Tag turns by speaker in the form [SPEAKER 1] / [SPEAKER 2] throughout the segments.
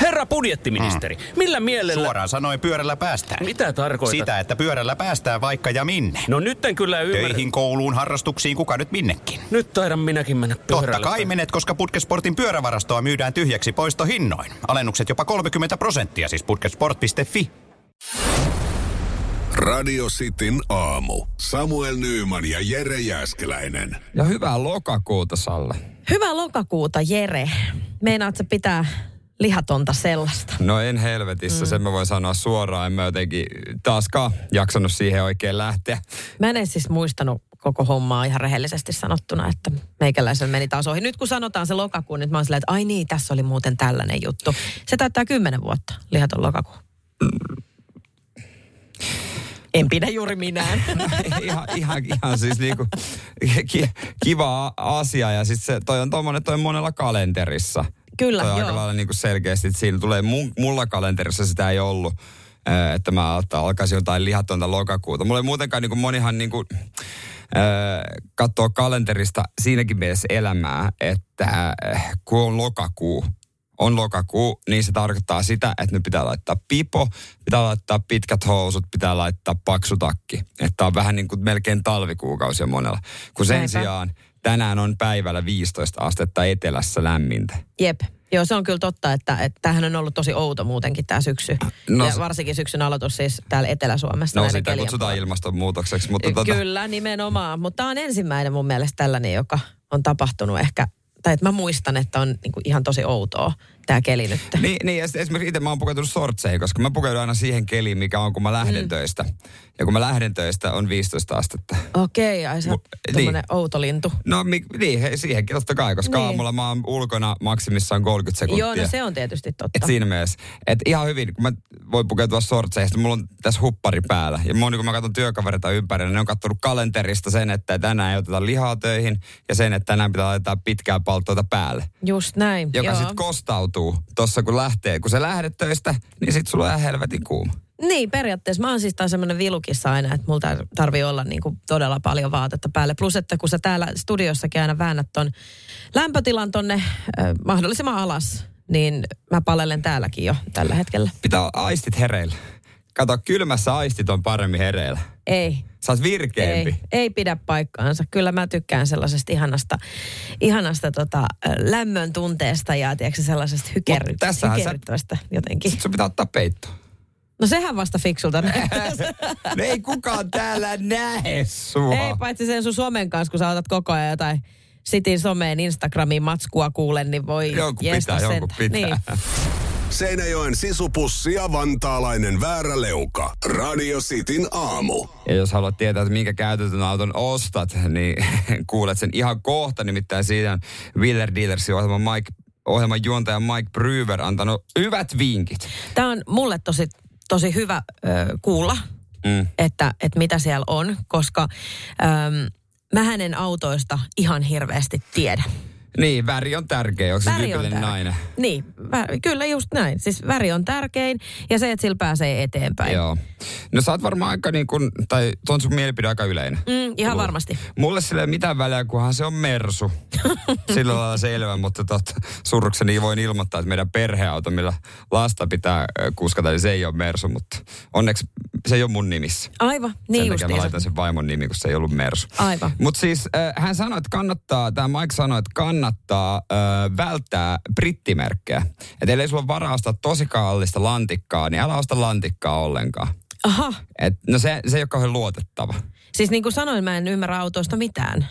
[SPEAKER 1] Herra budjettiministeri, mm. millä mielellä...
[SPEAKER 2] Suoraan sanoen pyörällä päästään.
[SPEAKER 1] Mitä tarkoitat?
[SPEAKER 2] Sitä, että pyörällä päästään vaikka ja minne.
[SPEAKER 1] No nyt en kyllä ymmärrä.
[SPEAKER 2] Töihin, kouluun, harrastuksiin, kuka nyt minnekin.
[SPEAKER 1] Nyt taidan minäkin mennä pyörällä.
[SPEAKER 2] Totta kai menet, koska Putkesportin pyörävarastoa myydään tyhjäksi poistohinnoin. Alennukset jopa 30 prosenttia, siis putkesport.fi.
[SPEAKER 3] Radio Cityn aamu. Samuel Nyyman ja Jere Jäskeläinen.
[SPEAKER 4] Ja hyvää lokakuuta, Salle.
[SPEAKER 5] Hyvää lokakuuta, Jere. Meinaat se pitää lihatonta sellaista.
[SPEAKER 4] No en helvetissä, mm. sen mä voin sanoa suoraan. En mä jotenkin taaskaan jaksanut siihen oikein lähteä.
[SPEAKER 5] Mä en siis muistanut koko hommaa ihan rehellisesti sanottuna, että meikäläisen meni taas ohi. Nyt kun sanotaan se lokakuu, nyt mä oon silleen, että ai niin, tässä oli muuten tällainen juttu. Se täyttää kymmenen vuotta, lihaton lokakuu. Mm. En pidä juuri minään.
[SPEAKER 4] ihan, ihan, ihan siis niinku ki, kiva asia ja sitten se, toi on tommonen, toi on monella kalenterissa.
[SPEAKER 5] Kyllä,
[SPEAKER 4] toi
[SPEAKER 5] joo.
[SPEAKER 4] aika lailla niinku selkeästi, että siinä tulee, mun, mulla kalenterissa sitä ei ollut äh, että mä alkaisin jotain lihatonta lokakuuta. Mulla ei muutenkaan, niin kuin monihan niin kuin, katsoo kalenterista siinäkin mielessä elämää, että äh, kun on lokakuu, on lokakuu, niin se tarkoittaa sitä, että nyt pitää laittaa pipo, pitää laittaa pitkät housut, pitää laittaa paksu takki. Että on vähän niin kuin melkein talvikuukausia monella. Kun sen Näinpä. sijaan tänään on päivällä 15 astetta etelässä lämmintä.
[SPEAKER 5] Jep. Joo, se on kyllä totta, että, että tämähän on ollut tosi outo muutenkin tämä syksy. No, ja varsinkin syksyn aloitus siis täällä Etelä-Suomessa.
[SPEAKER 4] No sitä kutsutaan puolella. ilmastonmuutokseksi. Mutta tota...
[SPEAKER 5] Kyllä, nimenomaan. Mutta tämä on ensimmäinen mun mielestä tällainen, joka on tapahtunut ehkä tai että mä muistan, että on niinku ihan tosi outoa tämä keli nyt.
[SPEAKER 4] Niin, niin ja esimerkiksi itse mä oon pukeutunut sortseihin, koska mä pukeudun aina siihen keliin, mikä on, kun mä lähden mm. töistä. Ja kun mä lähden töistä, on 15 astetta.
[SPEAKER 5] Okei, okay, ai sä M- niin. outo lintu.
[SPEAKER 4] No mi, niin, he, siihenkin totta kai, koska niin. aamulla mä oon ulkona maksimissaan 30 sekuntia.
[SPEAKER 5] Joo, no se on tietysti totta.
[SPEAKER 4] Et siinä mielessä, että ihan hyvin, kun mä voin pukeutua sortseista, mulla on tässä huppari päällä. Ja moni, kun mä katson työkavereita ympärillä, niin ne on kattonut kalenterista sen, että tänään ei oteta lihaa töihin ja sen, että tänään pitää laittaa pitkää paltoita päälle.
[SPEAKER 5] Just näin,
[SPEAKER 4] Joka sitten kostautuu tapahtuu tuossa, kun lähtee. Kun sä lähdet töistä, niin sit sulla on ihan helvetin kuuma.
[SPEAKER 5] Niin, periaatteessa. Mä oon siis taas semmoinen vilukissa aina, että mulla tarvii olla niinku todella paljon vaatetta päälle. Plus, että kun sä täällä studiossakin aina väännät ton lämpötilan tonne äh, mahdollisimman alas, niin mä palelen täälläkin jo tällä hetkellä.
[SPEAKER 4] Pitää olla aistit hereillä. Kato, kylmässä aistit on paremmin hereillä.
[SPEAKER 5] Ei.
[SPEAKER 4] Sä oot virkeämpi.
[SPEAKER 5] Ei, ei pidä paikkaansa. Kyllä mä tykkään sellaisesta ihanasta, ihanasta tota, lämmön tunteesta ja tiedätkö, sellaisesta hykerry- hykerryttävästä sä... jotenkin.
[SPEAKER 4] Sit sun pitää ottaa peitto.
[SPEAKER 5] No sehän vasta fiksulta
[SPEAKER 4] no ei kukaan täällä näe sua.
[SPEAKER 5] Ei, paitsi sen sun somen kanssa, kun sä otat koko ajan jotain Sitin someen Instagramiin matskua kuulen, niin voi
[SPEAKER 4] Jonkun pitää, sen. jonkun pitää. Niin.
[SPEAKER 3] Seinäjoen sisupussi ja vantaalainen vääräleuka. Radio Cityn aamu.
[SPEAKER 4] Ja jos haluat tietää, että minkä käytetyn auton ostat, niin kuulet sen ihan kohta. Nimittäin siitä Wheeler Dealersin ohjelman Mike ohjelman juontaja Mike Bryver antanut hyvät vinkit.
[SPEAKER 5] Tämä on mulle tosi, tosi hyvä ö, äh, kuulla, mm. että, että mitä siellä on, koska äm, mä hänen autoista ihan hirveästi tiedän.
[SPEAKER 4] Niin, väri on tärkeä, onko se
[SPEAKER 5] väri
[SPEAKER 4] on tärkeä. nainen?
[SPEAKER 5] Niin, väri, kyllä just näin. Siis väri on tärkein ja se, että sillä pääsee eteenpäin.
[SPEAKER 4] Joo. No sä oot varmaan aika niin kuin, tai on sun mielipide aika yleinen.
[SPEAKER 5] Mm, ihan Mulla. varmasti.
[SPEAKER 4] Mulle sille ei mitään väliä, kunhan se on mersu. sillä lailla selvä, mutta totta, surukseni voin ilmoittaa, että meidän perheauto, millä lasta pitää kuskata, niin se ei ole mersu, mutta onneksi se ei ole mun nimissä.
[SPEAKER 5] Aivan, niin
[SPEAKER 4] Sen takia mä laitan sen vaimon nimi, kun se ei ollut mersu.
[SPEAKER 5] Aivan.
[SPEAKER 4] Mutta siis äh, hän sanoi, että kannattaa, tämä Mike sanoi, että kannattaa kannattaa ö, välttää brittimerkkejä. Että ellei sulla ole varaa ostaa tosi kallista lantikkaa, niin älä osta lantikkaa ollenkaan.
[SPEAKER 5] Aha.
[SPEAKER 4] Et, no se, se ei ole kauhean luotettava.
[SPEAKER 5] Siis niin kuin sanoin, mä en ymmärrä autoista mitään.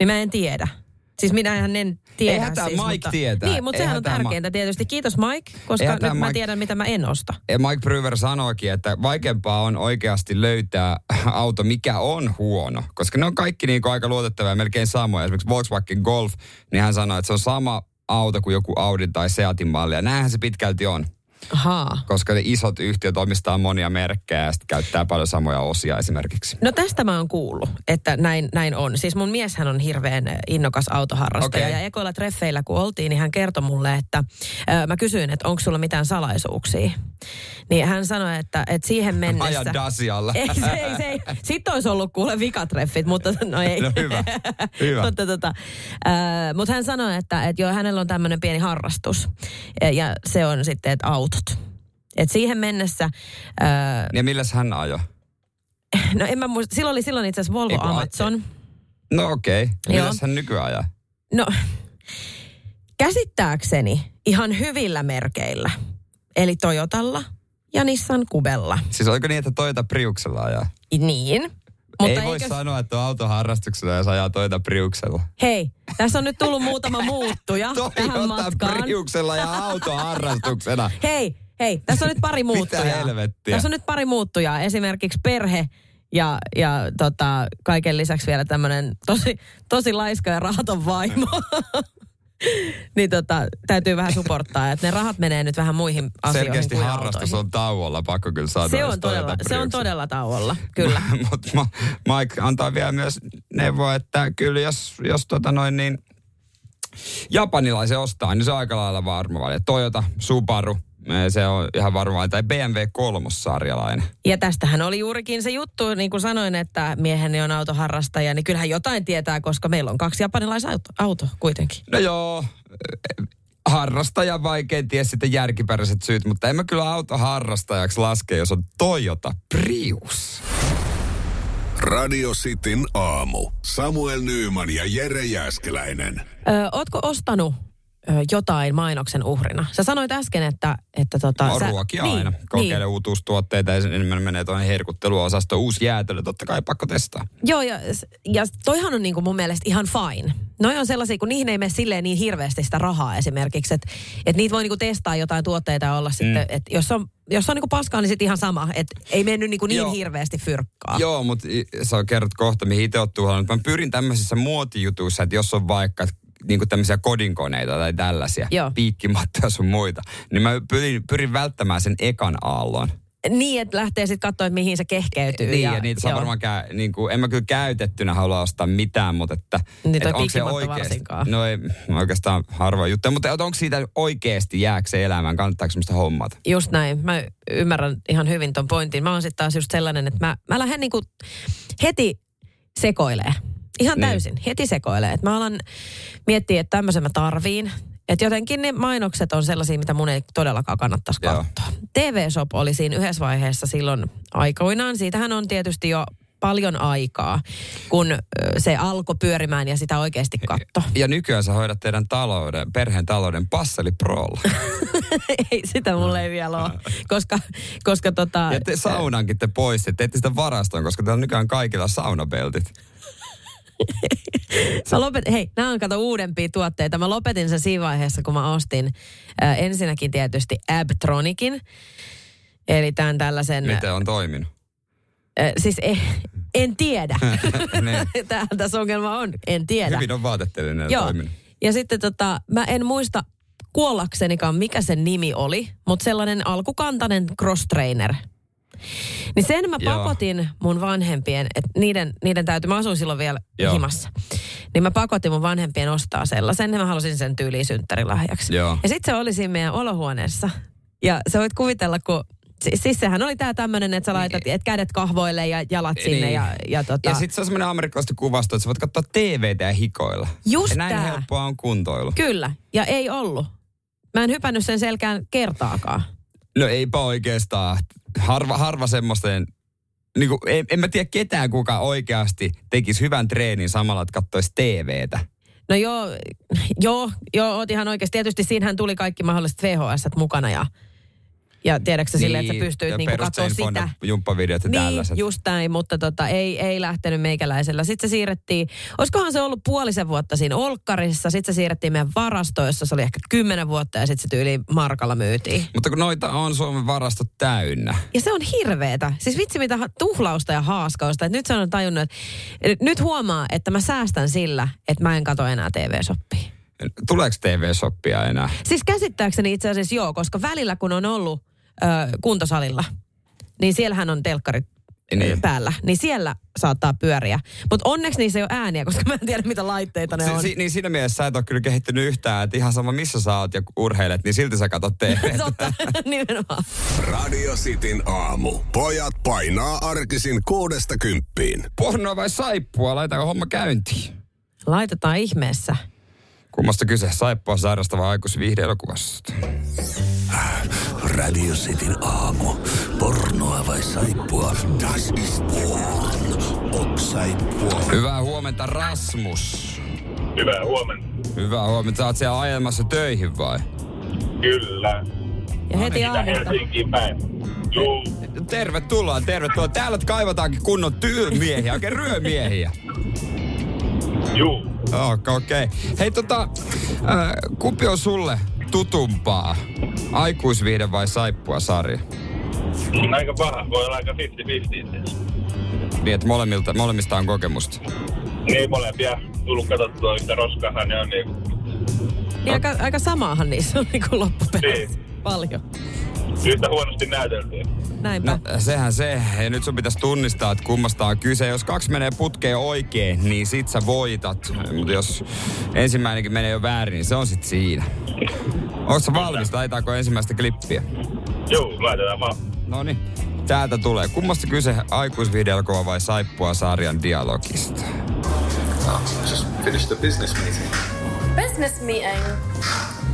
[SPEAKER 5] Niin mä en tiedä. Siis minähän en tiedä.
[SPEAKER 4] Eihän tämä
[SPEAKER 5] siis,
[SPEAKER 4] Mike
[SPEAKER 5] mutta,
[SPEAKER 4] tietää.
[SPEAKER 5] Niin, mutta sehän on tärkeintä Ma- tietysti. Kiitos Mike, koska Eihän nyt Mike... mä tiedän, mitä mä en osta.
[SPEAKER 4] Ja Mike Bryver sanoikin, että vaikeampaa on oikeasti löytää auto, mikä on huono. Koska ne on kaikki niin aika luotettavia, melkein samoja. Esimerkiksi Volkswagen Golf, niin hän sanoi, että se on sama auto kuin joku Audi tai Seatin malli. Ja näinhän se pitkälti on.
[SPEAKER 5] Ahaa.
[SPEAKER 4] koska ne isot yhtiöt omistaa monia merkkejä ja sitten käyttää paljon samoja osia esimerkiksi.
[SPEAKER 5] No tästä mä oon kuullut, että näin, näin on. Siis mun mieshän on hirveän innokas autoharrastaja.
[SPEAKER 4] Okei.
[SPEAKER 5] Okay. Ja ekoilla treffeillä kun oltiin, niin hän kertoi mulle, että ö, mä kysyin, että onko sulla mitään salaisuuksia. Niin hän sanoi, että, että siihen mennessä...
[SPEAKER 4] Aja Dasialla.
[SPEAKER 5] Ei, se, ei, se, ei. Sitten olisi ollut kuule vikatreffit, mutta no ei.
[SPEAKER 4] No hyvä, hyvä.
[SPEAKER 5] mutta tota, äh, mut hän sanoi, että et joo, hänellä on tämmöinen pieni harrastus. Ja- Ja se on sitten, että autot. Et siihen mennessä, äh,
[SPEAKER 4] Ja milläs hän ajoi?
[SPEAKER 5] no en mä muista, silloin oli silloin itse asiassa Volvo
[SPEAKER 4] Ei kun
[SPEAKER 5] Amazon.
[SPEAKER 4] No okei. Okay.
[SPEAKER 5] Joo.
[SPEAKER 4] Milläs hän nykyään ajaa?
[SPEAKER 5] No, käsittääkseni ihan hyvillä merkeillä. Eli Toyotalla ja Nissan Kubella.
[SPEAKER 4] Siis oliko niin, että Toyota Priuksella ajaa?
[SPEAKER 5] Niin.
[SPEAKER 4] Mutta ei voi sanoa, että on autoharrastuksella, jos ajaa Toyota Priuksella.
[SPEAKER 5] Hei, tässä on nyt tullut muutama muuttuja Ah, tähän
[SPEAKER 4] Toyota
[SPEAKER 5] matkaan.
[SPEAKER 4] Priuksella ja autoharrastuksena.
[SPEAKER 5] Hei, hei, tässä on nyt pari muuttujaa.
[SPEAKER 4] helvettiä?
[SPEAKER 5] Tässä on nyt pari muuttujaa. Esimerkiksi perhe ja, ja tota, kaiken lisäksi vielä tämmöinen tosi, tosi laiska ja rahaton vaimo. niin tota, täytyy vähän supporttaa, että ne rahat menee nyt vähän muihin asioihin
[SPEAKER 4] Selkeästi
[SPEAKER 5] kuin
[SPEAKER 4] harrastus
[SPEAKER 5] autoihin.
[SPEAKER 4] on tauolla, pakko kyllä sanoa.
[SPEAKER 5] Se
[SPEAKER 4] jos
[SPEAKER 5] on,
[SPEAKER 4] Toyota
[SPEAKER 5] todella, se on
[SPEAKER 4] Priuksella.
[SPEAKER 5] todella tauolla, kyllä.
[SPEAKER 4] Mutta ma, Mike antaa vielä myös neuvoa, että kyllä jos, jos tota noin niin japanilaisen ostaa, niin se on aika lailla varma valinta. Toyota, Subaru, eh, se on ihan varma valinta. Tai BMW kolmossarjalainen.
[SPEAKER 5] Ja tästähän oli juurikin se juttu, niin kuin sanoin, että mieheni on autoharrastaja, niin kyllähän jotain tietää, koska meillä on kaksi japanilaisauto auto kuitenkin.
[SPEAKER 4] No joo, eh, harrastajan vaikein tie sitten järkiperäiset syyt, mutta en mä kyllä autoharrastajaksi laske, jos on Toyota Prius.
[SPEAKER 3] Radio Cityn aamu. Samuel Nyyman ja Jere Jäskeläinen.
[SPEAKER 5] Ö, ootko ostanut ö, jotain mainoksen uhrina? Sä sanoit äsken, että... että tota,
[SPEAKER 4] Mä oon
[SPEAKER 5] sä,
[SPEAKER 4] ruokia niin, aina. Kokeile niin. uutuustuotteita ja sen enemmän menee tuonne herkutteluosasto. Uusi jäätelö, totta kai pakko testaa.
[SPEAKER 5] Joo, ja, ja toihan on niinku mun mielestä ihan fine. Noi on sellaisia, kun niihin ei mene silleen niin hirveästi sitä rahaa esimerkiksi, että et niitä voi niinku testaa jotain tuotteita ja olla mm. sitten, että jos on, jos on niinku paskaa, niin sitten ihan sama, että ei mennyt niinku niin
[SPEAKER 4] Joo.
[SPEAKER 5] hirveästi fyrkkaa.
[SPEAKER 4] Joo, mutta sä kerrot kohta, mihin itse oot tuhannut. Mä pyrin tämmöisissä muotijutuissa, että jos on vaikka niin tämmöisiä kodinkoneita tai tällaisia,
[SPEAKER 5] Joo.
[SPEAKER 4] piikkimattoja sun muita, niin mä pyrin, pyrin välttämään sen ekan aallon.
[SPEAKER 5] Niin, että lähtee sitten katsoa, että mihin se kehkeytyy.
[SPEAKER 4] Niin, ja, niitä saa
[SPEAKER 5] joo.
[SPEAKER 4] varmaan käy, niin kuin, en mä kyllä käytettynä halua ostaa mitään, mutta että...
[SPEAKER 5] Niin
[SPEAKER 4] että
[SPEAKER 5] toi
[SPEAKER 4] onko se
[SPEAKER 5] piikkimatto
[SPEAKER 4] oikeasti,
[SPEAKER 5] varsinkaan.
[SPEAKER 4] No ei oikeastaan harvoin juttuja, mutta onko siitä oikeasti jääkö se elämään, kannattaako semmoista hommata?
[SPEAKER 5] Just näin. Mä ymmärrän ihan hyvin ton pointin. Mä oon sitten taas just sellainen, että mä, mä lähden niinku heti sekoilee. Ihan
[SPEAKER 4] Niin.
[SPEAKER 5] täysin. Heti sekoilee. Et mä alan miettiä, että tämmöisen mä tarviin. Että jotenkin ne mainokset on sellaisia, mitä mun ei todellakaan kannattaisi
[SPEAKER 4] Joo.
[SPEAKER 5] katsoa. TV Shop oli siinä yhdessä vaiheessa silloin aikoinaan. Siitähän on tietysti jo paljon aikaa, kun ö, se alkoi pyörimään ja sitä oikeasti katto.
[SPEAKER 4] Ja nykyään sä hoidat teidän talouden, perheen talouden Passeli Prolla.
[SPEAKER 5] ei, sitä mulle ei vielä ole, koska, koska tota...
[SPEAKER 4] Ja te saunankin te poistitte, ette sitä varastoon, koska täällä nykyään kaikilla on saunabeltit.
[SPEAKER 5] Mä lopet, hei, nämä on kato uudempia tuotteita. Mä lopetin sen siinä vaiheessa, kun mä ostin äh, ensinnäkin tietysti Abtronikin. Eli tämän tällaisen...
[SPEAKER 4] Miten on toiminut?
[SPEAKER 5] Äh, siis eh, en tiedä.
[SPEAKER 4] niin.
[SPEAKER 5] Tää, tässä ongelma on. En tiedä.
[SPEAKER 4] Hyvin on vaatettelinen
[SPEAKER 5] Joo.
[SPEAKER 4] toiminut.
[SPEAKER 5] Ja sitten tota, mä en muista kuollaksenikaan, mikä sen nimi oli, mutta sellainen alkukantainen cross-trainer. Niin sen mä
[SPEAKER 4] Joo.
[SPEAKER 5] pakotin mun vanhempien, että niiden, niiden täytyy, mä asuin silloin vielä
[SPEAKER 4] Joo.
[SPEAKER 5] Joo. himassa. Niin mä pakotin mun vanhempien ostaa sellaisen, ja mä halusin sen tyyliin synttärilahjaksi.
[SPEAKER 4] Joo.
[SPEAKER 5] Ja sit se oli siinä meidän olohuoneessa. Ja sä voit kuvitella, kun si- Siis sehän oli tää tämmönen, että sä laitat et kädet kahvoille ja jalat sinne
[SPEAKER 4] Niin.
[SPEAKER 5] ja, ja, tota,
[SPEAKER 4] Ja sitten se on semmoinen amerikkalaisesti kuvasto, että sä voit katsoa TVtä ja hikoilla.
[SPEAKER 5] Just
[SPEAKER 4] ja näin
[SPEAKER 5] tää.
[SPEAKER 4] helppoa on kuntoilu.
[SPEAKER 5] Kyllä, ja ei ollut. Mä en hypännyt sen selkään kertaakaan.
[SPEAKER 4] No eipä oikeastaan. Harva, harva semmoisten... Niin kuin, en, en mä tiedä ketään, kuka oikeasti tekisi hyvän treenin samalla, että katsoisi TVtä.
[SPEAKER 5] No joo, joo, joo, oot ihan oikeasti. Tietysti siinähän tuli kaikki mahdolliset VHS mukana ja, ja tiedätkö niin, silleen, että sä pystyit niinku katsoa sitä.
[SPEAKER 4] Jumppavideot ja
[SPEAKER 5] Niin,
[SPEAKER 4] tällaiset.
[SPEAKER 5] just näin, mutta tota, ei, ei lähtenyt meikäläisellä. Sitten se siirrettiin, olisikohan se ollut puolisen vuotta siinä Olkkarissa, sitten se siirrettiin meidän varastoon, jossa se oli ehkä kymmenen vuotta ja sitten se tyyli Markalla myytiin.
[SPEAKER 4] Mutta kun noita on Suomen varastot täynnä.
[SPEAKER 5] Ja se on hirveetä. Siis vitsi mitä ha- tuhlausta ja haaskausta. Et nyt se on tajunnut, että nyt huomaa, että mä säästän sillä, että mä en kato enää TV-soppia.
[SPEAKER 4] tuleeko TV-shoppia enää?
[SPEAKER 5] Siis käsittääkseni itse asiassa joo, koska välillä kun on ollut ö, kuntosalilla, niin siellähän on telkkarit
[SPEAKER 4] Niin.
[SPEAKER 5] niin. päällä, niin siellä saattaa pyöriä. Mutta onneksi niissä ei ole ääniä, koska mä en tiedä mitä laitteita No ne on.
[SPEAKER 4] Si, si, niin siinä mielessä sä et ole kyllä kehittynyt yhtään, että ihan sama missä sä oot ja urheilet, niin silti sä katsot TV.
[SPEAKER 5] Totta, nimenomaan.
[SPEAKER 3] Radio Cityn aamu. Pojat painaa arkisin kuudesta kymppiin.
[SPEAKER 4] Pornoa vai saippua, laitaako homma käyntiin?
[SPEAKER 5] Laitetaan ihmeessä.
[SPEAKER 4] Kummasta kyse, saippua sairastava aikuisviihdeelokuvasta.
[SPEAKER 3] Radio Cityn aamu. Pornoa vai saippua? Das ist porn. Und saippua.
[SPEAKER 4] Hyvää huomenta Rasmus.
[SPEAKER 6] Hyvää huomenta.
[SPEAKER 4] Hyvää huomenta, sä oot siellä ajelmassa töihin vai?
[SPEAKER 6] Kyllä.
[SPEAKER 5] Ja
[SPEAKER 4] No
[SPEAKER 5] heti
[SPEAKER 4] niin.
[SPEAKER 6] Itä
[SPEAKER 5] aamulta.
[SPEAKER 6] Helsinkiin päin. Juu,
[SPEAKER 4] Tervetuloa, tervetuloa. Täällä kaivataankin kunnon työmiehiä, oikein ryömiehiä.
[SPEAKER 6] juu.
[SPEAKER 4] Okei, okei. Hei tota, äh, kumpi on sulle tutumpaa? Aikuisviihde vai saippua, Sari?
[SPEAKER 6] Mm, Aika paha. Voi olla aika 50-50 itse asiassa.
[SPEAKER 4] Niin, että molemmilta, molemmista on kokemusta.
[SPEAKER 6] Niin molempia tullut katsottua yhtä roskahan ne on niinku.
[SPEAKER 4] No.
[SPEAKER 5] Niin aika, aika samaahan niissä on niin loppupeleissä.
[SPEAKER 4] Niin.
[SPEAKER 5] Paljon.
[SPEAKER 6] Yhtä huonosti näytelty.
[SPEAKER 5] Näinpä.
[SPEAKER 4] No,
[SPEAKER 5] No.
[SPEAKER 4] sehän se. Ja nyt sun pitäisi tunnistaa, että kummasta on kyse. Jos kaksi menee putkeen oikein, niin sit sä voitat. Mutta jos ensimmäinenkin menee jo väärin, niin se on sit siinä. Oletko sä valmis? Laitaanko ensimmäistä klippiä?
[SPEAKER 6] Juu, laitetaan vaan.
[SPEAKER 4] No niin. Täältä tulee. Kummasta kyse aikuisvideokuva vai saippua sarjan dialogista?
[SPEAKER 7] business meeting.